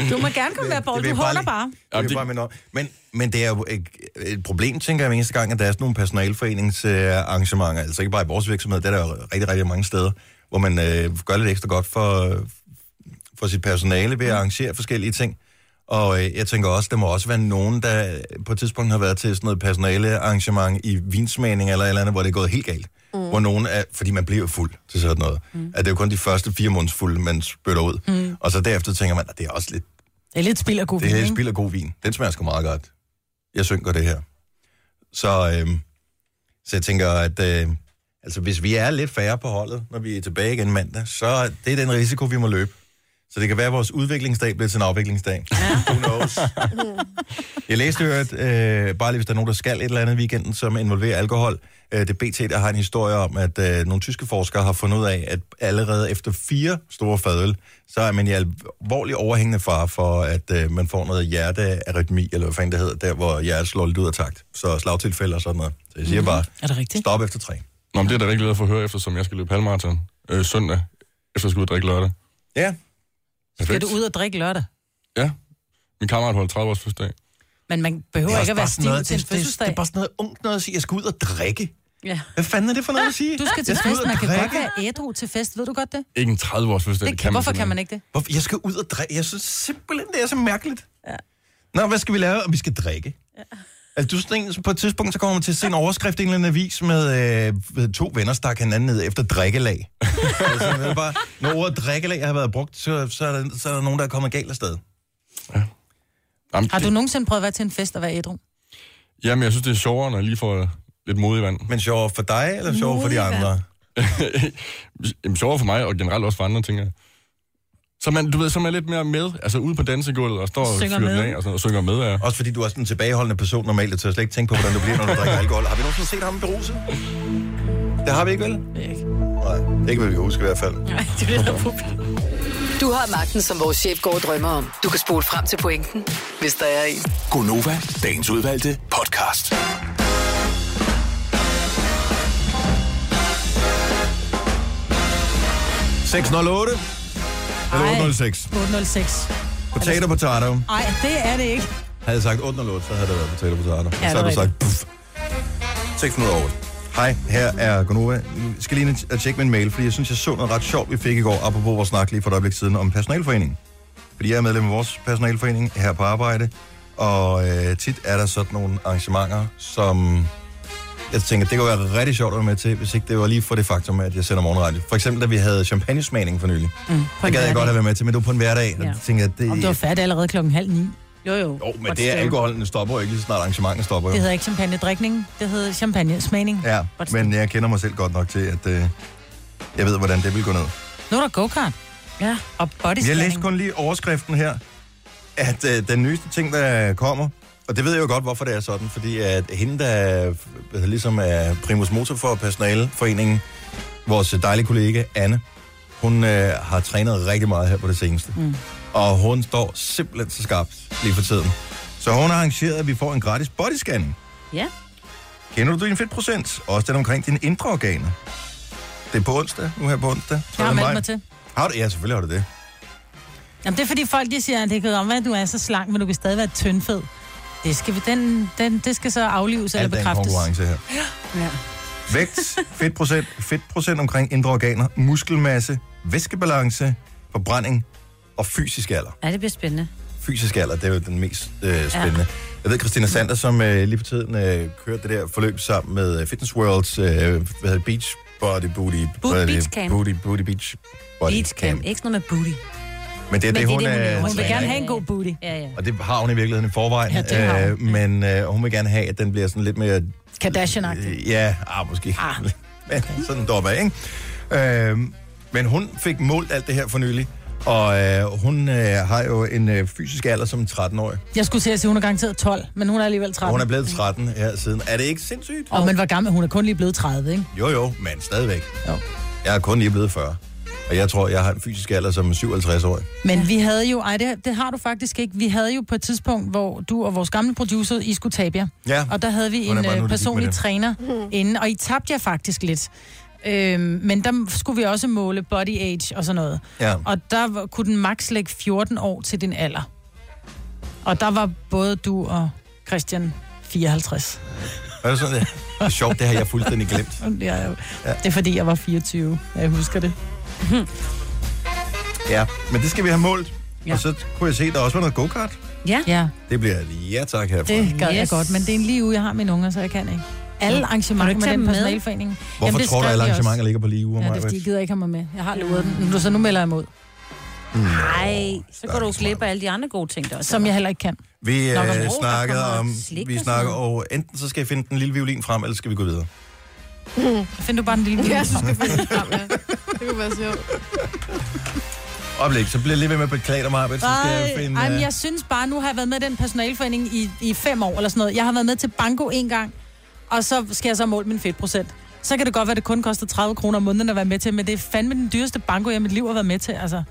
Du må gerne komme med at bowl,
Uh. vil
du
jeg bare
holder
lige-
bare.
Det vil jeg bare minde om. men, men det er jo et, et problem, tænker jeg, hver eneste gang, at der er sådan nogle personalforeningsarrangementer, altså ikke bare i vores virksomhed, det er der jo rigtig, rigtig mange steder, hvor man øh, gør lidt ekstra godt for, for sit personale ved at arrangere forskellige ting. Og øh, jeg tænker også, der må også være nogen, der på et tidspunkt har været til sådan noget personalearrangement i vinsmagning eller et eller andet, hvor det er gået helt galt. Mm. Hvor nogen er, fordi man bliver jo fuld til sådan noget. Mm. At det er jo kun de første fire måneders fuld, man spytter ud. Mm. Og så derefter tænker man, at det er også lidt
Det er lidt spild af god
det
vin,
her
ikke?
spilder god vin. Den smager sgu meget godt. Jeg synker det her. Så, øhm, så jeg tænker, at øh, altså, hvis vi er lidt færre på holdet, når vi er tilbage igen mandag, så er det er den risiko, vi må løbe. Så det kan være, at vores udviklingsdag bliver til en afviklingsdag. Who knows? Jeg læste jo, at øh, bare lige hvis der er nogen, der skal et eller andet i weekenden, som involverer alkohol. Øh, det er BT, der har en historie om, at øh, nogle tyske forskere har fundet ud af, at allerede efter fire store fadøl, så er man i alvorlig overhængende far for, at øh, man får noget hjertearytmi, eller hvad fanden det hedder, der hvor hjertet slår lidt ud af takt. Så slagtilfælde og sådan noget. Så jeg siger
Mhm.
bare,
er det rigtigt?
stop efter tre.
Nå, men det er da rigtig glad for at høre, eftersom jeg skal løbe halvmarathon øh, søndag, efter jeg skal ud og drikke lørdag.
Ja.
Skal du ud og drikke lørdag?
Ja. Min kammerat holdt 30 års fødselsdag.
Men man behøver ikke at være stiv til en fødselsdag.
Det er bare sådan noget ungt noget at sige, jeg skal ud og drikke.
Ja.
Hvad fanden er det for noget at sige?
Du skal til
Jeg ud
fest,
og
man kan godt
drikke.
være ædru til fest, ved du godt det?
Ikke en 30 års fødselsdag.
det kan, hvorfor kan man ikke det?
Hvorfor? Jeg skal ud og drikke. Jeg synes simpelthen, det er så mærkeligt. Ja. Nå, hvad skal vi lave? Og vi skal drikke. Ja. Altså, du er sådan en, så på et tidspunkt, så kommer man til at se en overskrift i en eller anden avis med øh, ved to venner, stak hinanden ned efter drikkelag. altså, det er bare, når ordet drikkelag har været brugt, så, så, er, der, så er der nogen, der er kommet galt afsted.
Jamen,
Har du nogensinde prøvet at være til en fest og være ædru?
Jamen, jeg synes, det er sjovere, når jeg lige får lidt modig vand.
Men sjovere for dig, eller sjovere for de
Modig
andre?
Jamen, sjovere for mig, og generelt også for andre, tænker jeg. Så man, du ved, så er man lidt mere med, altså ude på dansegulvet, og står og
Synger
fyrer den
med.
af, og, sådan, og synger med. Ja.
Også fordi du er sådan en tilbageholdende person normalt, og tør slet ikke tænke på, hvordan du bliver, når du drikker alkohol. Har vi nogensinde set ham beruse? Det har vi ikke, vel? Ikke. Nej, ikke hvad vi kan huske i hvert fald.
Nej, det er det, der problem. Du har magten, som vores chef går og drømmer om. Du kan spole frem til pointen, hvis der er en.
Gonova, dagens udvalgte podcast.
Eller 806.
806.
Potato, potato.
Nej, det er det ikke.
Havde jeg sagt 808, så havde det været potato, potato.
Ja,
så havde
det
du
er
sagt puff. 608. Hej, her er Gonova. Jeg skal lige ind og tjekke min mail, fordi jeg synes, jeg så noget ret sjovt, vi fik i går, apropos vores snak lige for et øjeblik siden om personalforeningen. Fordi jeg er medlem af vores personalforening her på arbejde, og øh, tit er der sådan nogle arrangementer, som jeg tænker, det kunne være rigtig sjovt at være med til, hvis ikke det var lige for det faktum, at jeg sender morgenradio. For eksempel, da vi havde champagnesmagning for nylig.
Mm,
Det
på en
gad jeg
hverdag.
godt have været med til, men det var på en hverdag. Ja.
Ja.
Jeg tænker, at det,
Om du var færdig allerede klokken halv ni. Jo, jo.
Jo, men det er alkoholen den stopper jo ikke, lige så snart arrangementet stopper. jo.
Det hedder ikke champagne-drikning, det hedder champagne-smagning.
Ja, men jeg kender mig selv godt nok til, at øh, jeg ved, hvordan det vil gå ned.
Nu er der go-kart. Ja. Og body
Jeg læste kun lige overskriften her, at øh, den nyeste ting, der kommer, og det ved jeg jo godt, hvorfor det er sådan, fordi at hende, der er, øh, ligesom er primus motor for personaleforeningen, vores dejlige kollega Anne, hun øh, har trænet rigtig meget her på det seneste. Mm. Og hun står simpelthen så skarpt lige for tiden. Så hun har arrangeret, at vi får en gratis bodyscanning.
Ja.
Kender du din fedtprocent? Også den omkring dine indre organer. Det er på onsdag, nu her på onsdag.
Jeg har
13.
meldt
maj.
mig til.
Har du? Ja, selvfølgelig har du det.
Jamen, det er fordi folk, de siger, at det kan om, at du er så slank, men du kan stadig være tyndfed. Det skal, vi, den, den, det skal så aflives eller
Alt er en
bekræftes.
konkurrence her.
Ja.
Vægt, fedtprocent, fedtprocent omkring indre organer, muskelmasse, væskebalance, forbrænding og fysisk alder.
Ja, det bliver spændende.
Fysisk alder, det er jo den mest øh, spændende. Ja. Jeg ved, Christina Sander, som øh, lige på tiden øh, kørte det der forløb sammen med øh, Fitness Worlds, øh, hvad hedder det, Beach Body Booty...
Boot-
Body-
Beach Camp.
Booty, booty Beach Body
Beach camp. Ikke sådan noget med booty.
Men det er det, hun, er,
Hun vil
træner,
gerne
ikke?
have en god booty.
Ja, ja.
Og det har hun i virkeligheden i forvejen.
Ja, det har hun.
Øh, men øh, hun vil gerne have, at den bliver sådan lidt mere...
Kardashian-agtig.
Øh, ja, ah, måske. Ah. men sådan dog af, ikke? Øh, men hun fik målt alt det her for nylig. Og øh, hun øh, har jo en øh, fysisk alder som en 13-årig.
Jeg skulle til at sige, hun er garanteret 12, men hun er alligevel 13.
Og hun er blevet 13 her siden. Er det ikke sindssygt?
Og men hvor gammel? Hun er kun lige blevet 30, ikke?
Jo, jo, men stadigvæk.
Jo.
Jeg er kun lige blevet 40. Og jeg tror, jeg har en fysisk alder som 57-årig.
Men vi havde jo... Ej, det, det har du faktisk ikke. Vi havde jo på et tidspunkt, hvor du og vores gamle producer, I skulle tabe jer.
Ja.
Og der havde vi
Hvordan
en
var det nu,
øh,
det gik med
personlig
det?
træner inden, og I tabte jer faktisk lidt. Øhm, men der skulle vi også måle body age og sådan noget.
Ja.
Og der var- kunne den max lægge 14 år til din alder. Og der var både du og Christian 54.
Er det sådan, det det er sjovt, det har jeg fuldstændig glemt.
Det er, jo,
Ja.
ja. det er fordi, jeg var 24. Jeg husker det.
Ja, men det skal vi have målt. Ja.
Ja.
Og så kunne jeg se, at der også var noget go-kart.
Ja. ja.
Det bliver et ja tak herfra.
Det gør yes. jeg
yes.
godt, men det er en lige uge, jeg har mine unger, så jeg kan ikke. Alle arrangementer med
tage
den
dem med?
personalforening.
Hvorfor Jamen, tror du,
skrev
alle
de også.
arrangementer ligger på lige uger?
Ja, det er fordi, de gider ikke have mig med. Jeg har lovet dem. Nu, så nu melder jeg imod,
Nej, så går du glip af alle de andre gode ting, der også
som jeg heller ikke kan.
Vi
Nå, hvor
øh,
sjovt, der
snakkede
kommer
om,
slik
vi
og sådan
snakker,
noget.
og enten så skal jeg finde den lille violin frem, eller skal vi gå videre.
Så finder du bare en lille
Ja, du skal finde det frem, ja. Det kunne være sjovt.
Oplæg, så bliver jeg lige ved med at beklage dig, Marbet, så skal jeg
Ej,
finde...
ej,
øh,
men jeg synes bare, nu har jeg været med i den personalforening i, i fem år eller sådan noget. Jeg har været med til banko en gang, og så skal jeg så måle min fedtprocent. Så kan det godt være, at det kun koster 30 kroner om måneden at være med til, men det er fandme den dyreste banko, jeg i mit liv har været med til, altså.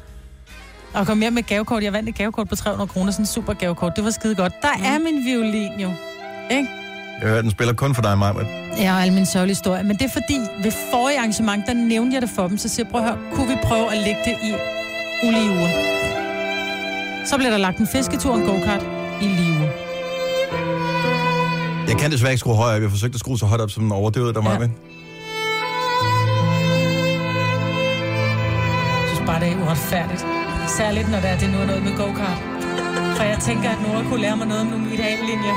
Og kom hjem med et gavekort. Jeg vandt et gavekort på 300 kroner, sådan en super gavekort. Det var skide godt. Der er min violin jo. Ikke?
Jeg hører, den spiller kun for dig, Marbet.
Ja, og alle mine sørgelige historier. Men det er fordi, ved forrige arrangement, der nævnte jeg det for dem, så siger jeg, prøv at høre, kunne vi prøve at lægge det i ulige uger? Så bliver der lagt en fisketur og en go-kart i lige uger.
Jeg kan desværre ikke skrue højere op. Jeg forsøgte at skrue så højt op som en overdøvet der, Marbet.
Jeg synes bare, det er uretfærdigt. Særligt, når der er det nu er noget med go-kart. For jeg tænker, at Nora kunne lære mig noget om nogle ideallinjer.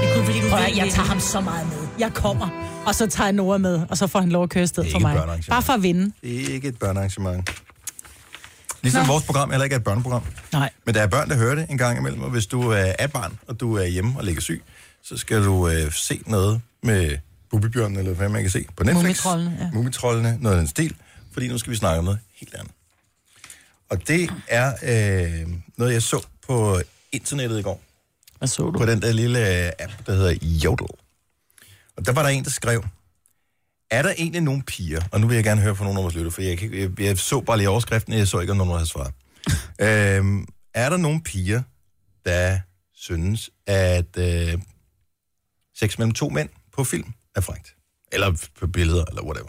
Det kunne fordi, du Prøv, at høre, jeg tager ham så meget med. Jeg kommer, og så tager jeg Nora med, og så får han lov at køre i stedet for
Ikke
mig.
børnearrangement.
Bare for at vinde.
Det er ikke et børnearrangement. Ligesom Nå. vores program heller ikke er et børneprogram.
Nej.
Men der er børn, der hører det en gang imellem, og hvis du øh, er barn, og du er hjemme og ligger syg, så skal du øh, se noget med Bubibjørnen, eller hvad man kan se på Netflix.
Mumitroldene, ja.
Mumitrollene, noget af den stil. Fordi nu skal vi snakke om noget helt andet. Og det er øh, noget, jeg så på internettet i går.
Hvad så du?
På den der lille øh, app, der hedder Jodel. Og der var der en, der skrev, er der egentlig nogle piger, og nu vil jeg gerne høre fra nogle af vores lytter, for jeg, kan, ikke- jeg, jeg så bare lige overskriften, og jeg så ikke, om nogen havde svaret. øhm, er der nogle piger, der synes, at øh, sex mellem to mænd på film er frækt? Eller på billeder, eller whatever.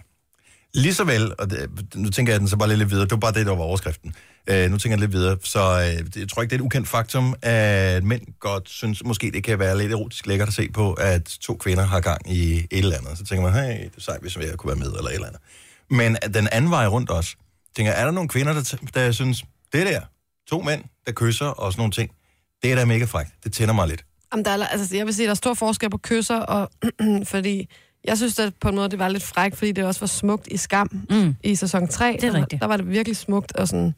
Lige så vel, og det, nu tænker jeg den så bare lidt videre, det var bare det, der var overskriften. Øh, nu tænker jeg lidt videre, så øh, det- jeg tror ikke, det er et ukendt faktum, at mænd godt synes, måske det kan være lidt erotisk lækkert at se på, at to kvinder har gang i et eller andet. Så tænker man, hey, det er sejt, hvis jeg kunne være med, eller et eller andet. Men at den anden vej rundt også, tænker jeg, er der nogle kvinder, der, t- der synes, det der, to mænd, der kysser og sådan nogle ting, det er da mega frækt, det tænder mig lidt.
Jamen, der er, altså, jeg vil sige, der er stor forskel på kysser, og, fordi jeg synes, at på en måde, det var lidt frækt, fordi det også var smukt i Skam mm. i sæson 3.
Det er rigtigt.
Der var det virkelig smukt og sådan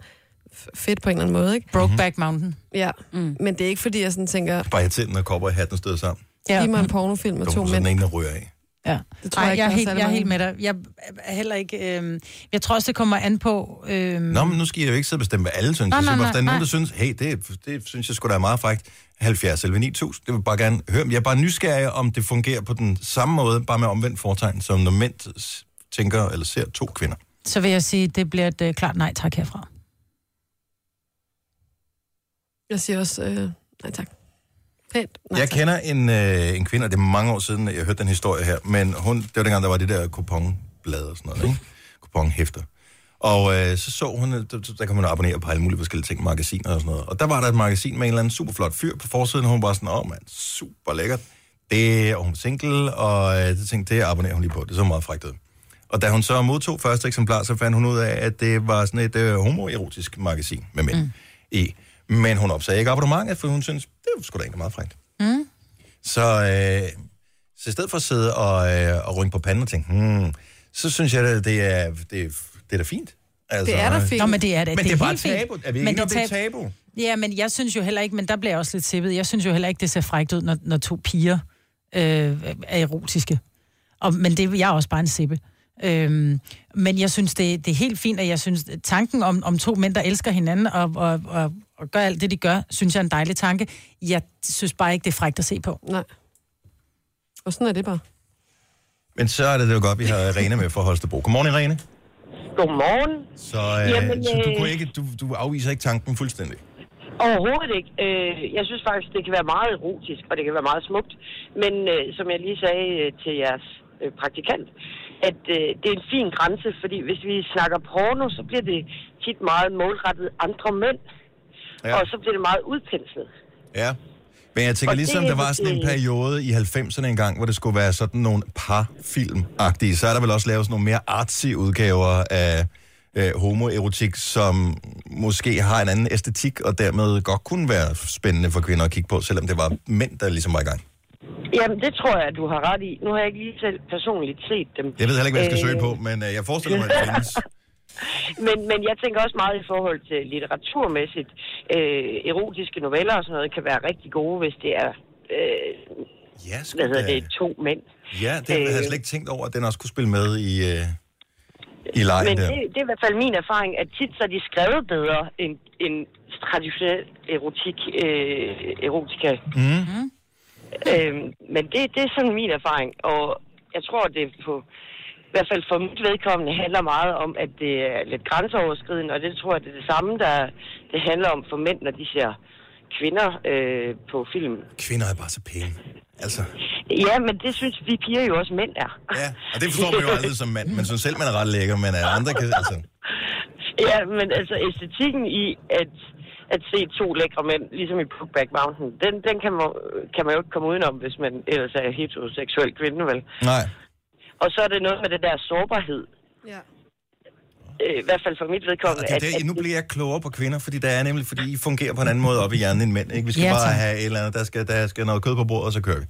f- fedt på en eller anden måde, ikke?
Brokeback Mountain.
Ja, mm. men det er ikke, fordi jeg sådan tænker,
Bare jeg tænder, når kopper og hatten støder sammen.
ja. giv mig en pornofilm med
Der
to
er sådan
mænd.
en, der ryger af.
Ja.
Det tror
Ej,
jeg
jeg,
ikke,
er
der er
helt,
særlig
jeg er
mange.
helt med dig. Jeg er heller ikke... Øhm, jeg tror også, det kommer an på... Øhm,
Nå, men nu skal jeg jo ikke sidde og bestemme, hvad alle synes.
Nej,
Nej,
nej,
nej, nej,
nej,
der er nogen,
nej.
der synes, hey, det, det synes jeg skulle da er meget frækt. 70 eller 9000, det vil jeg bare gerne høre. Jeg er bare nysgerrig, om det fungerer på den samme måde, bare med omvendt foretegn, som når mænd s- tænker eller ser to kvinder.
Så vil jeg sige, det bliver et øh, klart nej tak herfra.
Jeg siger også, øh, nej tak. Pænt. Nej,
Jeg
tak.
kender en, øh, en kvinde, og det er mange år siden, jeg hørte den historie her, men hun, det var dengang, der var det der kuponblade og sådan noget, ikke? Kuponhæfter. Og øh, så så hun, øh, der, der kan man abonnere på alle mulige forskellige ting, magasiner og sådan noget. Og der var der et magasin med en eller anden super flot fyr på forsiden, og hun var sådan, åh mand, super lækkert. Det, og hun var single, og øh, så tænkte jeg, det abonnerer hun lige på. Det så meget frækt ud. Og da hun så modtog første eksemplar, så fandt hun ud af, at det var sådan et øh, homoerotisk magasin med mænd mm. i. Men hun opsagde ikke abonnementet, for hun synes, det var sgu da egentlig meget frækt.
Mm.
Så, øh, så i stedet for at sidde og, øh, og rynke på panden og tænke, hmm, så synes jeg, at det er, det, er, det er da fint Altså,
Nå, men det er det.
Men det er bare
helt fint.
tabu. Er vi ikke
Men
enige om, det er
tab-
tabu?
Ja, men jeg synes jo heller ikke, men der bliver jeg også lidt tippet. Jeg synes jo heller ikke, det ser frækt ud, når, når to piger øh, er erotiske. Og, men det, jeg er også bare en sippe. Øhm, men jeg synes, det, det er helt fint, at jeg synes, tanken om, om to mænd, der elsker hinanden og, og, og, og gør alt det, de gør, synes jeg er en dejlig tanke. Jeg synes bare ikke, det er frækt at se på.
Nej. Og sådan er det bare.
Men så er det jo godt, vi har Irene med fra Holstebro. Godmorgen, Irene.
Godmorgen.
Så, øh,
Jamen,
Jamen, så du,
øh,
kunne ikke, du, du afviser ikke tanken fuldstændig.
Overhovedet ikke. Øh, jeg synes faktisk, det kan være meget erotisk, og det kan være meget smukt. Men øh, som jeg lige sagde øh, til jeres øh, praktikant, at øh, det er en fin grænse, fordi hvis vi snakker porno, så bliver det tit meget målrettet andre mænd. Ja. Og så bliver det meget udpenslet.
Ja. Men jeg tænker
Og
ligesom,
det-
der var sådan en
det-
periode i 90'erne engang, hvor det skulle være sådan nogle parfilm-agtige, så er der vel også lavet sådan nogle mere artsy udgaver af øh, homoerotik, som måske har en anden æstetik, og dermed godt kunne være spændende for kvinder at kigge på, selvom det var mænd, der ligesom var i gang.
Jamen, det tror jeg, du har ret i. Nu har jeg ikke lige selv personligt set dem.
Jeg ved heller ikke, hvad jeg skal søge på, men øh, jeg forestiller mig, at det findes.
men, men jeg tænker også meget i forhold til litteraturmæssigt. Øh, erotiske noveller og sådan noget kan være rigtig gode, hvis det er øh,
Ja, sgu
hvad hedder
da.
det, to mænd.
Ja, det havde
Øh.
jeg slet ikke tænkt over, at den også kunne spille med i, øh, i lejen
men
der.
det, det er i hvert fald min erfaring, at tit så er de skrevet bedre end, end traditionel erotik, øh, erotika.
Mm.
Øh, men det, det er sådan min erfaring, og jeg tror, det er på i hvert fald for mit vedkommende handler meget om, at det er lidt grænseoverskridende, og det tror jeg, det er det samme, der det handler om for mænd, når de ser kvinder øh, på film.
Kvinder er bare så pæne. Altså,
Ja, men det synes vi piger jo også, mænd er.
Ja, og det forstår man jo aldrig som mand. Man synes selv, man er ret lækker, men øh, andre kan... Altså,
Ja, men altså æstetikken i at, at se to lækre mænd, ligesom i Brookback Mountain, den, den kan, man, kan man jo ikke komme udenom, hvis man ellers er heteroseksuel kvinde, vel?
nej.
Og så er det noget med det der sårbarhed.
Ja.
Øh, I hvert fald for mit vedkommende.
Og det er
at,
det, nu bliver jeg klogere på kvinder, fordi der er nemlig, fordi I fungerer på en anden måde op i hjernen end mænd. Ikke? Vi skal
Ja,
ja,
tak.
bare have et eller andet, der skal, der skal noget kød på bordet, og så kører vi.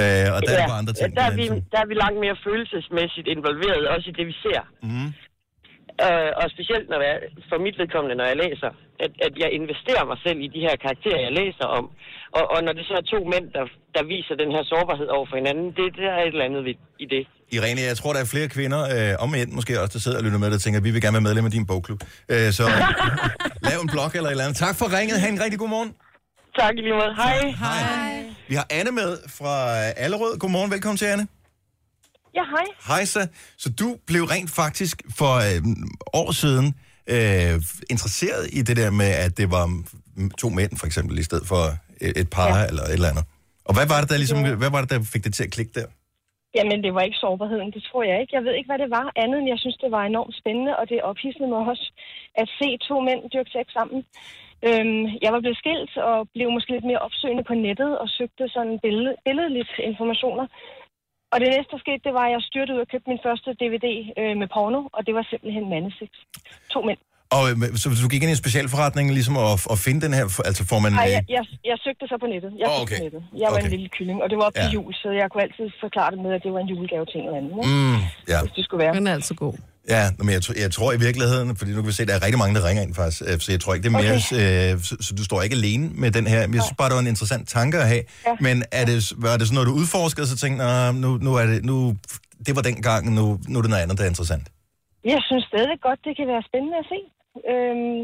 Øh, og der ja, er bare andre ting.
Der er,
men
vi,
altså-
der er vi langt mere følelsesmæssigt involveret, også i det, vi ser.
Mm.
Øh, og specielt når jeg, for mit vedkommende, når jeg læser, at, at jeg investerer mig selv i de her karakterer, jeg læser om. Og, og når det så er to mænd, der, der viser den her sårbarhed over for hinanden, det, det er et eller andet ved, i det.
Irene, jeg tror, der er flere kvinder, øh, og mænd måske også, der sidder og lytter med, der tænker, at vi vil gerne være medlem af din bogklub. Øh, så lav en blog eller et eller andet. Tak for ringet. Ha' en rigtig god morgen.
Tak i lige måde. Hej.
Hej. Vi har Anne med fra Allerød. Godmorgen. Velkommen til, Anne.
Ja, hej.
Hej så. Så du blev rent faktisk for øh, år siden øh, interesseret i det der med, at det var mm, to mænd for eksempel, i stedet for et, et par ja. eller et eller andet. Og hvad var det, der, ligesom, ja. hvad var det, der fik det til at klikke der?
Jamen, det var ikke sårbarheden, det tror jeg ikke. Jeg ved ikke, hvad det var andet, end jeg synes, det var enormt spændende, og det ophidsede mig også at se to mænd dyrke sex sammen. Øhm, jeg var blevet skilt og blev måske lidt mere opsøgende på nettet og søgte sådan billed, billedligt informationer. Og det næste, der skete, det var, at jeg styrtede ud og købte min første DVD øh, med porno, og det var simpelthen mandeseks. To mænd.
Og øh, så du gik ind i en specialforretning ligesom og, og finde den her, altså får man...
Nej,
Øh,
jeg, jeg, jeg søgte så på nettet. Jeg,
Åh,
søgte
okay.
på nettet. jeg var
Okay.
en lille kylling, og det var op til
Ja.
jul, så jeg kunne altid forklare det med, at det var en julegave til en eller anden. ikke?
mm, ja.
Hvis det skulle være.
Den er altså god.
Ja, nå, men jeg, tr- jeg tror i virkeligheden, fordi nu kan vi se, at der er rigtig mange, der ringer ind faktisk, øh, så jeg tror ikke, det er mere, okay. øh, så, så du står ikke alene med den her. Jeg synes bare, det var en interessant tanke at have. Ja. Men er det, var det sådan noget, du udforskede, så tænkte, "Nå, nu, nu er det, nu, det var dengang, nu, nu er det noget andet, der er interessant.
Jeg synes stadig godt, det kan være spændende at se. Øhm,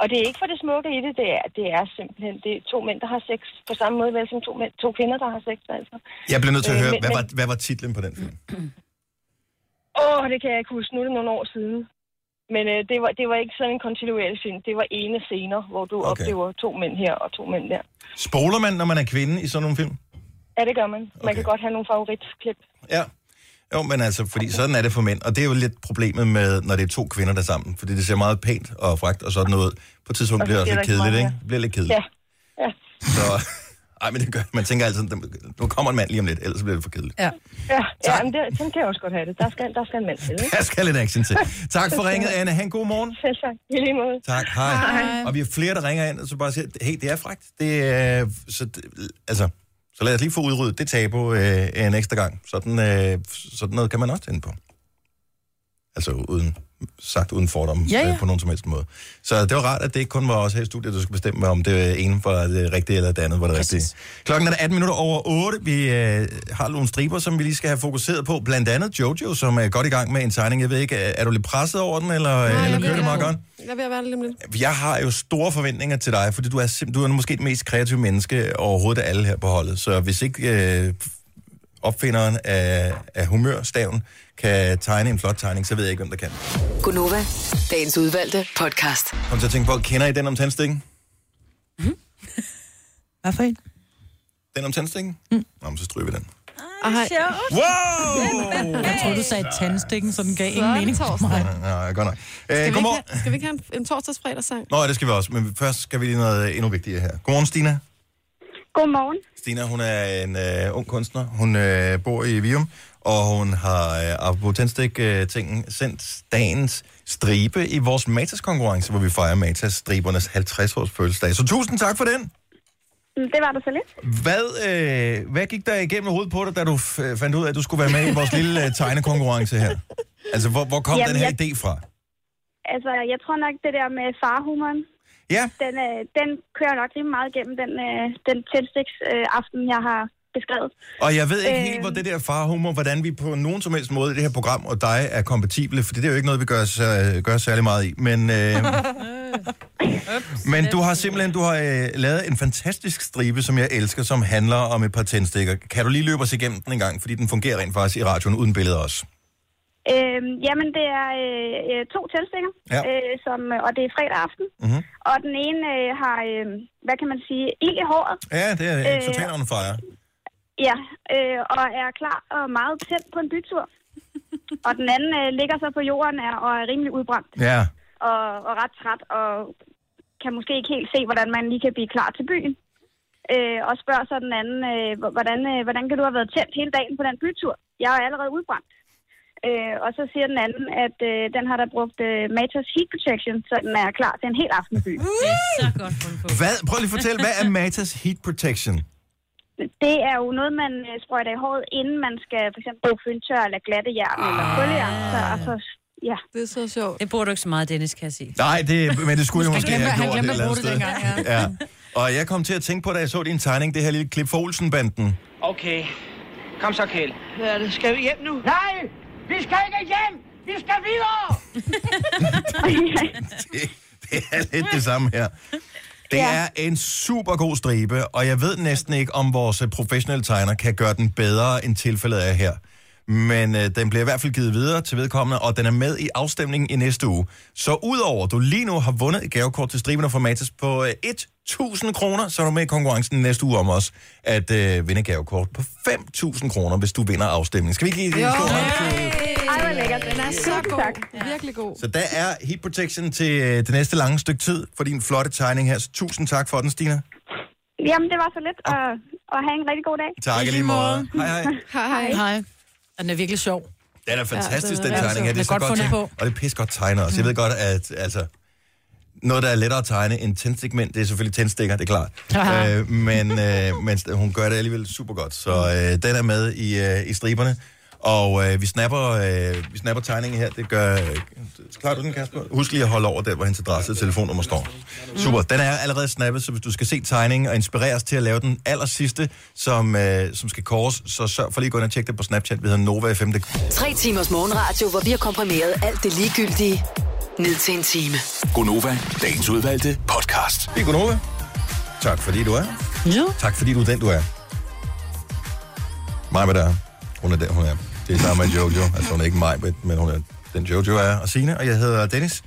og det er ikke for det smukke i det, det er, det er simpelthen det er to mænd, der har sex på samme måde, vel som to, mænd, to kvinder, der har sex. Altså.
Jeg bliver nødt til at
Øh,
høre,
men-
hvad var,
men-
hvad var titlen på den film?
Åh, det kan jeg ikke huske, nu er det nogle år siden. Men øh, det, var, det var ikke sådan en kontinuerlig film, det var ene scener, hvor du okay. oplever to mænd her og to mænd der.
Spoler man, når man er kvinde i sådan nogle film?
Ja, det gør man. Man okay. kan godt have nogle favoritklip.
Ja. Jo, men altså, fordi sådan er det for mænd, og det er jo lidt problemet med, når det er to kvinder der er sammen, fordi det ser meget pænt og fragt og sådan noget. På et tidspunkt
Og så
bliver det også
sker
lidt
der ikke
kedeligt,
meget
ikke?
mere.
Det bliver lidt kedeligt.
Ja. ja.
Så, ej, men det gør, man tænker altid, nu kommer en mand lige om lidt, ellers bliver det for kedeligt.
Ja, ja, ja men det, sådan kan jeg også godt have det. Der skal, der skal en mand til, ikke?
Der skal lidt action til. Tak for ringet, Anne. Ha' en god morgen.
Selv tak. I lige måde.
Tak, hej. hej. Og vi er flere, der ringer ind, og så bare siger, hey, det er frækt. Det er, så, det- altså, så lad os lige få udryddet det tabu øh, en ekstra gang. Sådan, øh, sådan noget kan man også tænde på. Altså uden, sagt uden fordomme
Ja,
ja,
ja.
ja. på nogen som helst måde. Så det var rart, at det ikke kun var os her i studiet, der skulle bestemme, om det ene var det rigtige eller det andet var det Præcis. rigtige. Klokken er 18 minutter over 8. Vi øh, har nogle striber, som vi lige skal have fokuseret på. Blandt andet Jojo, som er godt i gang med en tegning. Jeg ved ikke, er, er du lidt presset over den, eller, Nej, eller kører det meget godt?
Jeg vil være det lige om lidt.
Jeg har jo store forventninger til dig, fordi du er, simp- du er måske det mest kreative menneske overhovedet af alle her på holdet. Så hvis ikke øh, opfinderen af, af humørstaven kan tegne en flot tegning, så ved jeg ikke, hvem der kan.
Gunova, dagens udvalgte podcast.
Kom til at tænke på, kender I den om tandstikken?
Hvad for en?
Den om tandstikken? Mm. Nå, men så stryger vi den.
Ej,
Wow!
Jeg troede, du sagde tandstikken, så den gav ingen
Sådan
mening for
torsdag.
mig.
Nej, godt nok.
Skal
Øh,
vi, ikke
godmorgen.
have, skal vi ikke have en, en torsdagsfredagssang?
Nå, ja, det skal vi også, men først skal vi lige noget endnu vigtigere her. Godmorgen, Stina.
Godmorgen.
Stina, hun er en øh, ung kunstner. Hun øh, bor i Vium, og hun har øh, apropos tændstik-tingen sendt dagens stribe i vores Matas-konkurrence, hvor vi fejrer Matas-stribernes 50-års fødselsdag. Så tusind tak for den!
Det var der så lidt.
Hvad, øh, hvad gik der igennem hovedet på dig, da du f- øh, fandt ud af, at du skulle være med i vores lille øh, tegnekonkurrence her? Altså, hvor, hvor kom
Jamen,
Jamen, den her
jeg-
idé fra?
Altså, jeg tror nok, det der med farhumoren,
Ja.
den, øh, den kører nok rimelig meget igennem den, øh, den tændstiks øh, aften, jeg har beskrevet.
Og jeg ved ikke
Øh.
helt, hvor det der farhumor, hvordan vi på nogen som helst måde i det her program og dig er kompatible, for det er jo ikke noget, vi gør, så, gør særlig meget i. Men, øh, men du
Øhm.
har simpelthen du har, øh, lavet en fantastisk stribe, som jeg elsker, som handler om et par tændstikker. Kan du lige løbe os igennem den en gang, fordi den fungerer rent faktisk i radioen uden billeder også.
Øh, jamen, det er øh, øh, to tændstikker,
Ja.
øh, som, øh, og det er fredag aften.
Mhm.
Og den ene øh, har, øh, hvad kan man sige, ild i håret.
Ja, det er øh,
Øh,
totalt on fire.
Ja, øh, og er klar og meget tæt på en bytur. og den anden øh, ligger så på jorden er, og er rimelig udbrændt
Ja.
og, og ret træt, og kan måske ikke helt se, hvordan man lige kan blive klar til byen. Øh, og spørger så den anden, øh, hvor- hvordan, øh, hvordan kan du have været tændt hele dagen på den bytur? Jeg er allerede udbrændt. Øh, og så siger den anden, at øh, den har da brugt øh, Matas Heat Protection, så den er klar til en hel aften i byen.
Hvad, prøv lige at fortælle, hvad er Matas Heat Protection?
Det er jo noget, man øh, sprøjter i håret, inden man skal for eksempel bruge fyldtør eller glatte jern eller kuljern. Så, og så, ja.
Det er så sjovt.
Det bruger du ikke så meget, Dennis, kan jeg sige.
Nej, det, men det skulle jeg
Han
måske
glemte-
have
han
gjort
glemte
et
at
eller andet
bruge
sted.
det dengang,
ja. Og jeg kom til at tænke på, da jeg så din tegning, det her lille klip for Olsen-banden.
Okay. Kom så, Kjell. Hvad er det? Skal vi hjem nu? Nej! Vi skal ikke hjem! Vi skal videre!
det er lidt det samme her. Det ja. er en super god stribe, og jeg ved næsten ikke, om vores øh, professionelle tegner kan gøre den bedre, end tilfældet er her. Men øh, den bliver i hvert fald givet videre til vedkommende, og den er med i afstemningen i næste uge. Så udover at du lige nu har vundet et gavekort til striben og formatis på øh, 1.000 kroner, så er du med i konkurrencen næste uge om os at øh, vinde et gavekort på 5.000 kroner, hvis du vinder afstemningen. Skal vi ikke
Jo.
lige...
Ej, hvor lækkert.
Den er så
Tusind
god.
tak.
Virkelig god.
Så der er heat protection til øh, det næste lange stykke tid for din flotte tegning her. Så tusind tak for den, Stina.
Jamen, det var så lidt. Og, og have en rigtig god dag.
Tak i lige måde. Hej, hej.
Hej. Hej. Den er virkelig sjov.
Den er altså fantastisk,
Ja,
den
den er
tegning her.
sjov. Den er
så
godt fundet
tegnet. Og det er pis godt tegnet også. Jeg ved godt, at altså, noget, der er lettere at tegne end tændstikmænd, det er selvfølgelig tændstikker, det er klart.
Haha.
øh, men, øh, men hun gør det alligevel super godt. Så øh, den er med i, øh, i striberne. Og øh, vi, snapper, øh, vi snapper tegningen her. Det gør... Øh, klarer du den, Kasper? Husk lige at holde over der, hvor hendes adresse og telefonnummer står. Mm. Super. Den er allerede snappet, så hvis du skal se tegningen og inspireres til at lave den aller sidste, som, øh, som skal kores, så sørg for lige at gå ind og tjekke det på Snapchat. Vi hedder Nova 5.
Tre timers morgenradio, hvor vi har komprimeret alt det ligegyldige ned til en time.
Gonova, dagens udvalgte podcast.
Det er Gunova. Tak fordi du er.
Ja.
Tak fordi du er den, du er. Maja der. er. Hun er den, hun er. Det er samme med Jojo. Altså hun er ikke mig, men hun er den Jojo er. Og Signe, og jeg hedder Dennis.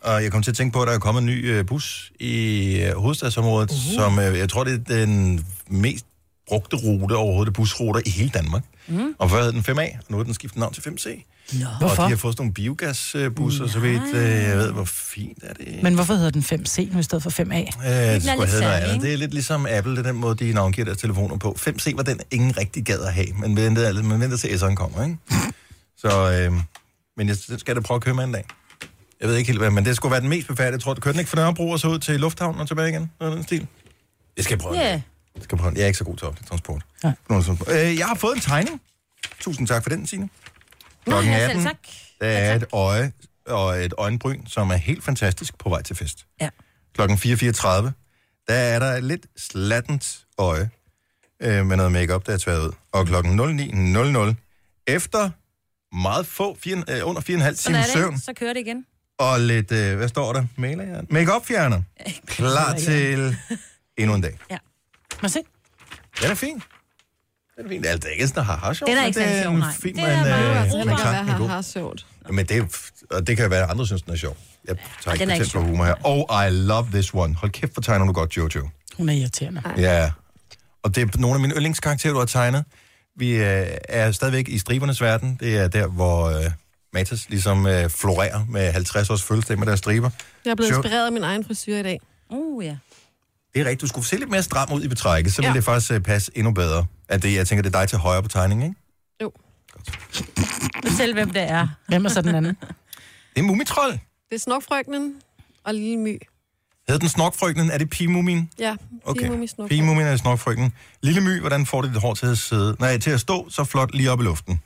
Og jeg kom til at tænke på, at der er kommet en ny øh, bus i øh, hovedstadsområdet, uh-huh. som øh, jeg tror, det er den mest brugte rute overhovedet, busruter i hele Danmark. Mm. Og før hed den 5A, og nu har den skiftet navn til 5C.
Nå.
Og de
Hvorfor?
har fået sådan nogle biogasbusser, så vidt øh, jeg ved, hvor fint er det.
Men hvorfor hedder den 5C nu i stedet for 5A?
Øh, det, skulle hedde noget andet. det er lidt ligesom Apple, det er den måde, de navngiver deres telefoner på. 5C var den, ingen rigtig gad at have, men ventede, alt- man venter til S'eren kommer, ikke? Så, øh, men jeg den skal jeg da prøve at købe med en dag. Jeg ved ikke helt, hvad, men det skulle være den mest befærdige. Jeg tror, du kørte den ikke fra Nørrebro og så ud til Lufthavnen og tilbage igen? Noget af den stil. Jeg skal prøve. Yeah.
Ja.
Jeg, skal prøve. den. jeg er ikke så god til offentlig transport. Ja. Øh, jeg har fået en tegning. Tusind tak for den, Signe.
Nå,
Klokken
ja, selv
18.
tak.
Der Der er et øje og et øjenbryn, som er helt fantastisk på vej til fest.
Ja.
Klokken 4.34, der er der et lidt slattent øje øh, med noget makeup der er tværet ud. Og klokken 09.00, efter meget få, fire, øh, under 4,5
Sådan
timer
er det.
søvn,
ikke? Så kører det igen.
og lidt, øh, hvad står der? Maler- Make-up fjerner. Klar til endnu en dag.
Må jeg se?
Den er fin. Den er fin. Det er altså ikke sådan, at haha sjovt.
Den er
men
ikke
det
særlig sjov,
en
nej.
Fin,
Det
det
er
er
bare-
bare
altså,
øh,
heller
men
ikke,
tanken er
hvad
god.
haha sjovt.
Men det, er, og det kan være, at andre synes, den er sjov. Jeg tager ikke
den er
patent
ikke
på humor her. Oh, I love this one. Hold kæft, hvor tegner du godt, Jojo.
Hun er irriterende.
Ja. Og det er nogle af mine yndlingskarakterer, du har tegnet. Vi øh, er stadigvæk i stribernes verden. Det er der, hvor øh, Matas ligesom øh, florerer med 50 års fødselsdag med deres striber.
Jeg er blevet
Sjovt.
inspireret af min egen frisyr i dag. Uh, ja.
Det er rigtigt. Du skulle se lidt mere stram ud i betrækket, så ville det faktisk øh, passe endnu bedre. At det, jeg tænker, det er dig til højre på tegningen, ikke?
Fortæl, hvem det er. Hvem er så den anden?
Det er Mumitrol.
Det er snokfrøknen og lille my.
Hed den snokfrygten? Er det pimumin?
Ja,
Okay.
Pimo, min snok.
Pimumin er snokfrygten. Lille My, hvordan får det dit hår til at sidde? Nej, til at stå så flot lige op i luften.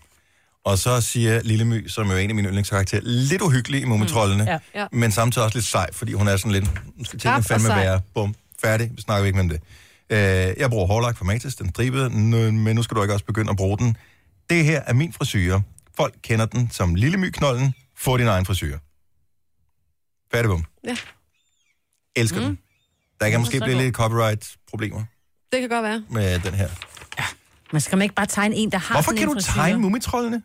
Og så siger Lille My, som jo er en af mine yndlingskarakterer, lidt uhyggelig i mumitrollene,
Mm, ja, ja.
men samtidig også lidt sej, fordi hun er sådan lidt, nu
Skarp
skal tingene
og
fandme
sej.
være, bum, færdig, vi snakker vi ikke med det. Øh, jeg bruger hårlak fra Matas, den stribede, nø- men nu skal du ikke også begynde at bruge den. Det her er min frisyre. Folk kender den som Lille My-knollen. Få din egen frisyre. Færdig, bum.
Ja,
Elsker mm. den. Der
Den
kan
er
måske
så
blive
god.
lidt copyright-problemer
det kan godt være.
med den her.
Men skal man ikke bare tegne en, der har
Hvorfor
sådan en
kan du
frisyre?
tegne mumitrollene?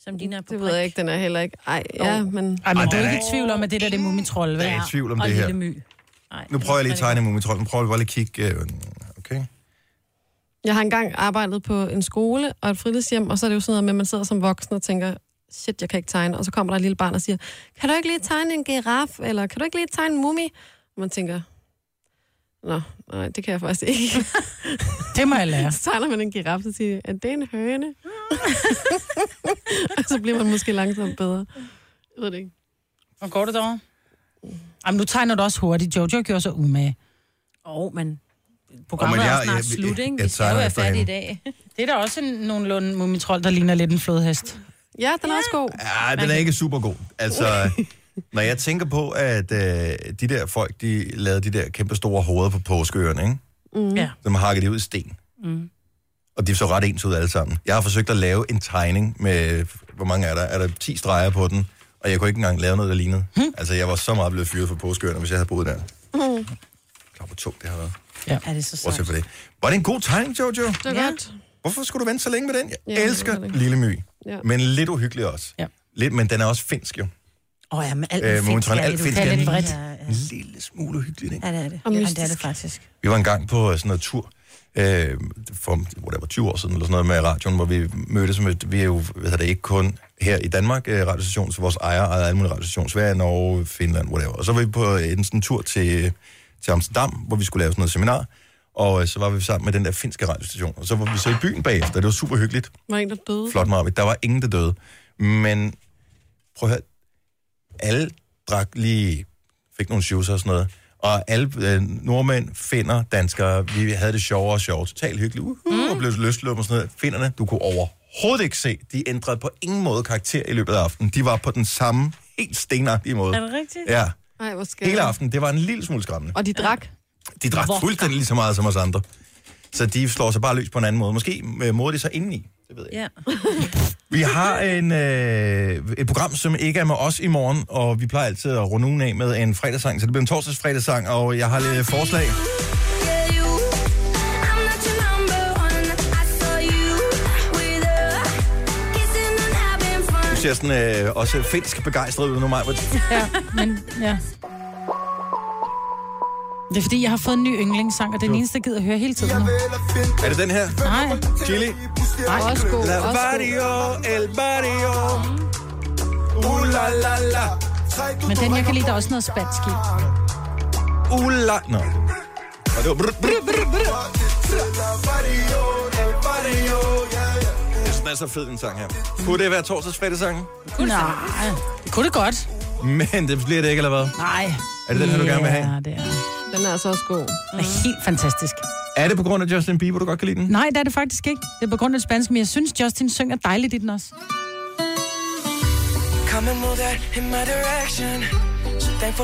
Som dine er på
Det ved jeg ikke, den er heller ikke. Ej, ja, men...
Ej, men du
den
er
er
ikke i tvivl om, at det der det er mumitrol, vel?
Jeg er i tvivl om
Og
det her.
Lille
my. Nej,
Nu prøver jeg lige at tegne mumitrollen. Prøv lige bare lige at kigge. øh, Okay.
Jeg har engang arbejdet på en skole og et fritidshjem, og så er det jo sådan noget med, at man sidder som voksen og tænker, shit, jeg kan ikke tegne. Og så kommer der et lille barn og siger, kan du ikke lige tegne en giraf, eller kan du ikke lige tegne en mumie? Og man tænker, nå, nej, det kan jeg faktisk ikke.
det må jeg lære.
Så tegner man en giraf, så siger jeg, er det en høne? og så bliver man måske langsomt bedre. Jeg ved det ikke.
Hvor går det dog? Jamen, nu tegner du også hurtigt. Jojo gjorde så umage.
Åh, oh, men
programmet
Åh,
oh,
men
men
jeg-
er snart
jeg-
jeg, slut, ikke?
jeg
Vi skal jo
tegner
være
efter
færdige i
hende.
dag.
Det er da også en, nogenlunde mumitrol, der ligner lidt en flodhest.
Ja, den er også god.
Ja, den er ikke super god. Altså, når jeg tænker på, at øh, de der folk, de lavede de der kæmpe store hoveder på påskeøerne, ikke?
Mm. Ja.
Som hakket de ud i sten.
Mm.
Og de så ret ens ud alle sammen. Jeg har forsøgt at lave en tegning med, hvor mange er der? Er der 10 streger på den? Og jeg kunne ikke engang lave noget, der lignede. Hmm. Altså, jeg var så meget blevet fyret for påskeøerne, hvis jeg havde boet der.
Mm.
Klar, hvor tungt det har været.
Ja.
Er det så
Bortset for det. Var det en god tegning, Jojo? Det
var ja. godt.
Hvorfor skulle du vente så længe med den? Jeg
Ja,
ja,
det
elsker
var det.
Lille My.
Ja.
Ja. Men lidt uhyggelig også.
Ja.
Lidt, men den er også finsk jo.
Åh, oh, ja, men alt
Øh,
øh,
Mogens
finsk
Trane,
er
alt
det, du
finsk
kan
er
lidt
det.
bredt.
En lille smule uhyggeligt, ikke?
Ja, det er det.
Og
Ja, det er
mystisk.
det faktisk.
Vi var engang på øh, sådan noget tur, øh, for hvor det var 20 år siden, eller sådan noget med radioen, hvor vi mødtes med, vi er jo, hvad hedder det, ikke kun her i Danmark, øh, radiostation, så vores ejer ejer alle mulige radiostationer, Sverige, Norge, Finland, whatever. Og så var vi på øh, en sådan tur til, til Amsterdam, hvor vi skulle lave sådan noget seminar, og øh, så var vi sammen med den der finske radiostation, og så var vi så i byen bagefter, det var super hyggeligt,
Var der en, der døde?
flot meget, der var ingen, der døde. Men prøv at høre, alle drak lige, fik nogle shoes og sådan noget, og alle øh, nordmænd, finder, danskere, vi havde det sjovere og sjovere, totalt hyggeligt, uhuh, mm. og blev løsluppet og sådan noget. Finderne, du kunne overhovedet ikke se, de ændrede på ingen måde karakter i løbet af aftenen. De var på den samme, helt stenagtige måde.
Er det rigtigt?
Ja.
Ej, hvor skal
Hele aftenen, det var en lille smule skræmmende.
Og de drak?
De drak
Vodka.
fuldstændig lige så meget som os andre. Så de slår sig bare løs på en anden måde. Måske øh, morer de sig indeni.
Ja.
Vi har en, øh, et program, som ikke er med os i morgen, og vi plejer altid at runde ugen af med en fredagssang, så det bliver en torsdags fredagssang, og jeg har lidt forslag. Mm. Du ser sådan øh, også finsk begejstret ud nu, Maja.
Ja, men ja. Det er fordi, jeg har fået en ny yndlingssang, og det er den eneste, jeg gider at høre hele tiden nu.
Er det den her?
Nej.
Chili?
Nej. Også god,
La
også god.
barrio, el barrio. Uh, la, la, la.
Men den, jeg kan lide, der er også noget spansk i.
Uh, la. Nå. Og det var... brr, brr, brr, brr. Jeg synes, den er så fed, den sang her. Kunne det være torsdags fredagssang?
Nej. Det kunne det godt.
Men det bliver det ikke, eller hvad?
Nej.
Er det den her, du gerne vil have?
Ja, det er.
Den er altså også god.
Mm.
Den er helt fantastisk.
Er det på grund af Justin Bieber, du godt kan lide den?
Nej, det er det faktisk ikke. Det er på grund af det spanske, men jeg synes, Justin synger dejligt i den også.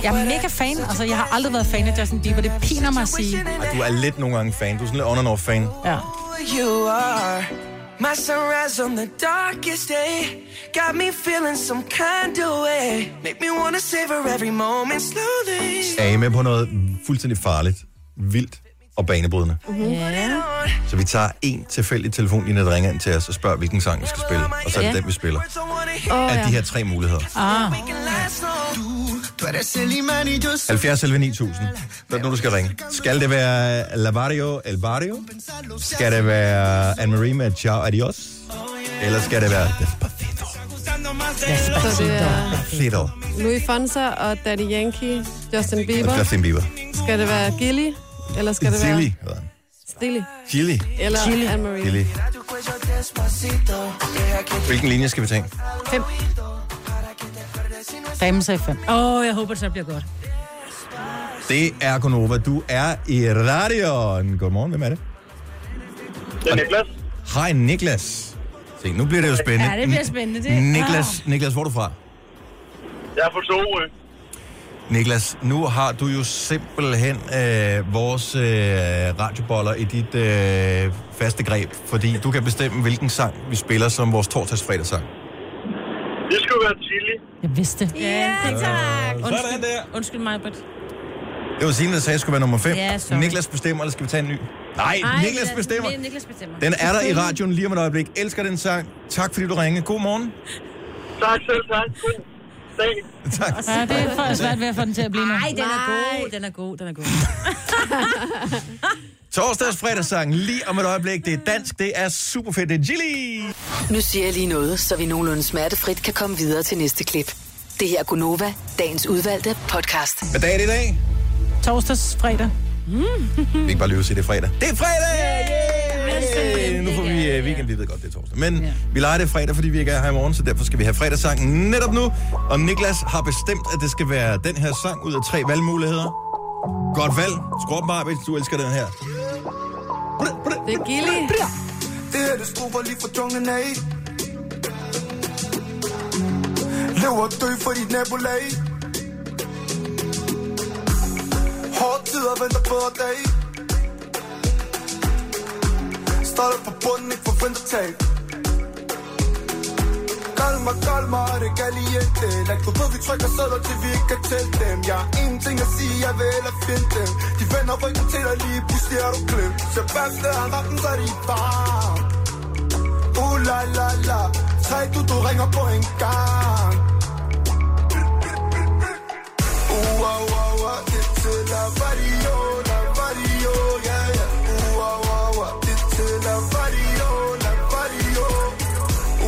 Jeg er mega fan. Altså, jeg har aldrig været fan af Justin Bieber. Det piner mig at sige.
Du er lidt nogle gange fan. Du er sådan lidt on and off fan.
Ja.
you are. My sunrise on the darkest day got me feeling some kind of way. Make me wanna savor every moment slowly.
Er I med på noget fuldstændig farligt, vildt og banebrydende?
Yeah.
Så vi tager en tilfældig telefon, lige når der ringer ind til os og spørger, hvilken sang vi skal spille. Og så er det
Ja.
den, vi spiller.
Åh,
Af
ja.
de her tre muligheder.
Ah. Du, du er da selv i mand i døds.
70 11 9000. Hvad er det nu, du skal ringe? Skal det være Lavario El Barrio? Skal det være Anne-Marie med Ciao Adios? Eller skal det være
Så det er
Despacito?
Louis Fonsa og Daddy Yankee, Justin
Og
Bieber.
Justin Bieber.
Skal det være Gilly? Eller skal det være...
Chili.
Stilly.
Chili.
Eller Anne-Marie.
Chili. Hvilken linje skal vi tage?
Fem. Damen sagde fem. Åh, oh, jeg håber, det så bliver godt.
Det er Gunova. Du er i radioen. Godmorgen, hvem er det? Det er Niklas. Hej, Niklas. Se, nu bliver det jo spændende.
Ja, det bliver spændende, det. Ah.
Niklas, Niklas, hvor er du fra?
Jeg er fra Sorø.
Niklas, nu har du jo simpelthen øh, vores øh, radioboller i dit øh, faste greb, fordi du kan bestemme, hvilken sang vi spiller som vores torsdagsfredagssang.
Det skulle være chili.
Jeg vidste.
Ja, tak.
Sådan
Undskyld, Undskyld mig, Britt.
Det var Signe, der sagde, at det skulle være nummer 5.
Ja, sorry.
Niklas bestemmer, eller skal vi tage en ny? Nej,
Ej,
Niklas
den-
bestemmer.
det er Niklas bestemmer.
Den er der i radioen lige om et øjeblik. Elsker den sang. Tak fordi du ringede. God morgen.
Tak selv, tak. God dag.
Tak. Altså,
Ja, det er for svært ved at få den til at blive nu.
Nej, den er god, den er god, den er god.
Torsdags fredagssang lige om et øjeblik. Det er dansk, det er super fedt. Det er Gilly.
Nu siger jeg lige noget, så vi nogenlunde smertefrit kan komme videre til næste klip. Det her er Gunova, dagens udvalgte podcast.
Hvad dag er det i dag?
Torsdags, fredag.
Mm.
Vi kan ikke bare løbe og sige, det er fredag. Det er fredag!
Yay!
Nu får vi øh, weekend, vi ved godt, det er torsdag. Men vi leger det fredag, fordi vi ikke er her i morgen, så derfor skal vi have fredagssangen netop nu. Og Niklas har bestemt, at det skal være den her sang ud af tre valgmuligheder. Godt valg. Skru op, Marvitt, du elsker den her.
Det er Gilly.
Det her, det struber lige fra junglen af. Lev og dø for dit nabolag. Hårde tider venter bedre dag. Starter på bunden, ikke forventer tab. Kalma, kalma, det galiente Like du ved, vi trykker sædler, til vi ikke kan tælle dem Jeg har ingenting at sige, jeg vil hellere finde dem De vender ryggen til dig lige, pludselig er du klemt Så fast det har rappen, så er de bare Uh la la la Tre du, du ringer på en gang Uh uh uh uh Det er til la vario, la vario, ja ja Uh uh uh uh Det er til la vario, la vario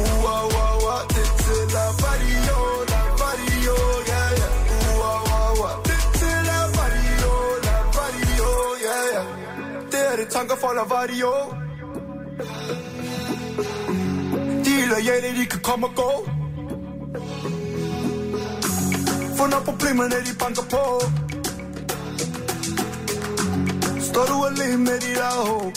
Ua, ua, ua, det til la vario, la vario, ja, ja. Ua, ua, ua, det til la vario, la vario, ja, ja. Det er det tanker for la vario. De er lojale, de kan komme og gå. Funder problemerne, de banker på. Står du alene med dit eget håb?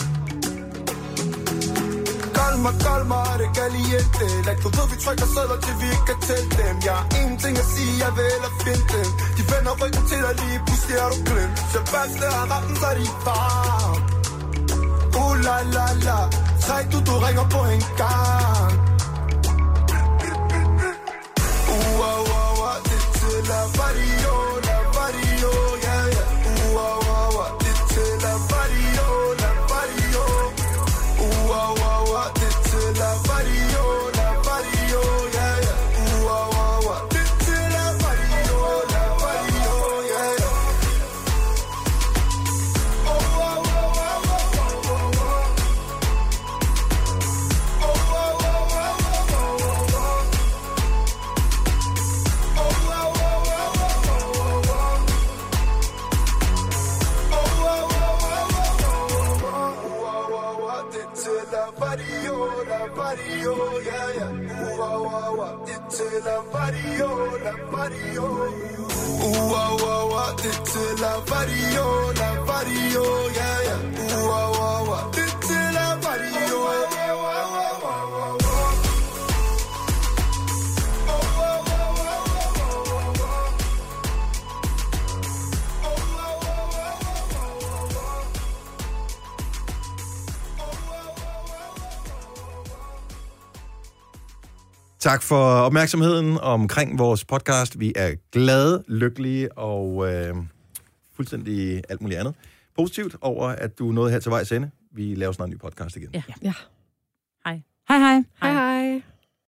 Kalma, kalma, er det galiente Like du ved, vi trykker sædler, til vi ikke kan tælle dem Jeg har ingenting at sige, jeg vil hellere finde dem De vender ryggen til dig lige, pludselig er du glemt Så fast det har retten, så er de bare Uh la la la Træk du, du ringer på en gang Uh uh uh uh Det er til la vario, la vario, ja ja Uh uh uh uh Det er til la vario, la vario Ua, ua, ua, det til la vario, la vario, ja, ja. Ua, ua, ua, det til la vario, la vario, ja, ja. Ua, ua, ua, ua, ua, ua, ua. Ua, ua, ua, ua, ua, ua, ua. Ua, ua, ua, ua, ua, ua, ua. Ua, ua, ua, ua, ua, ua, ua.
Tak for opmærksomheden omkring vores podcast. Vi er glade, lykkelige og øh, fuldstændig alt muligt andet. Positivt over, at du nåede her til vejs ende. Vi laver snart en ny podcast igen.
Ja.
ja.
Hej hej. Hej hej.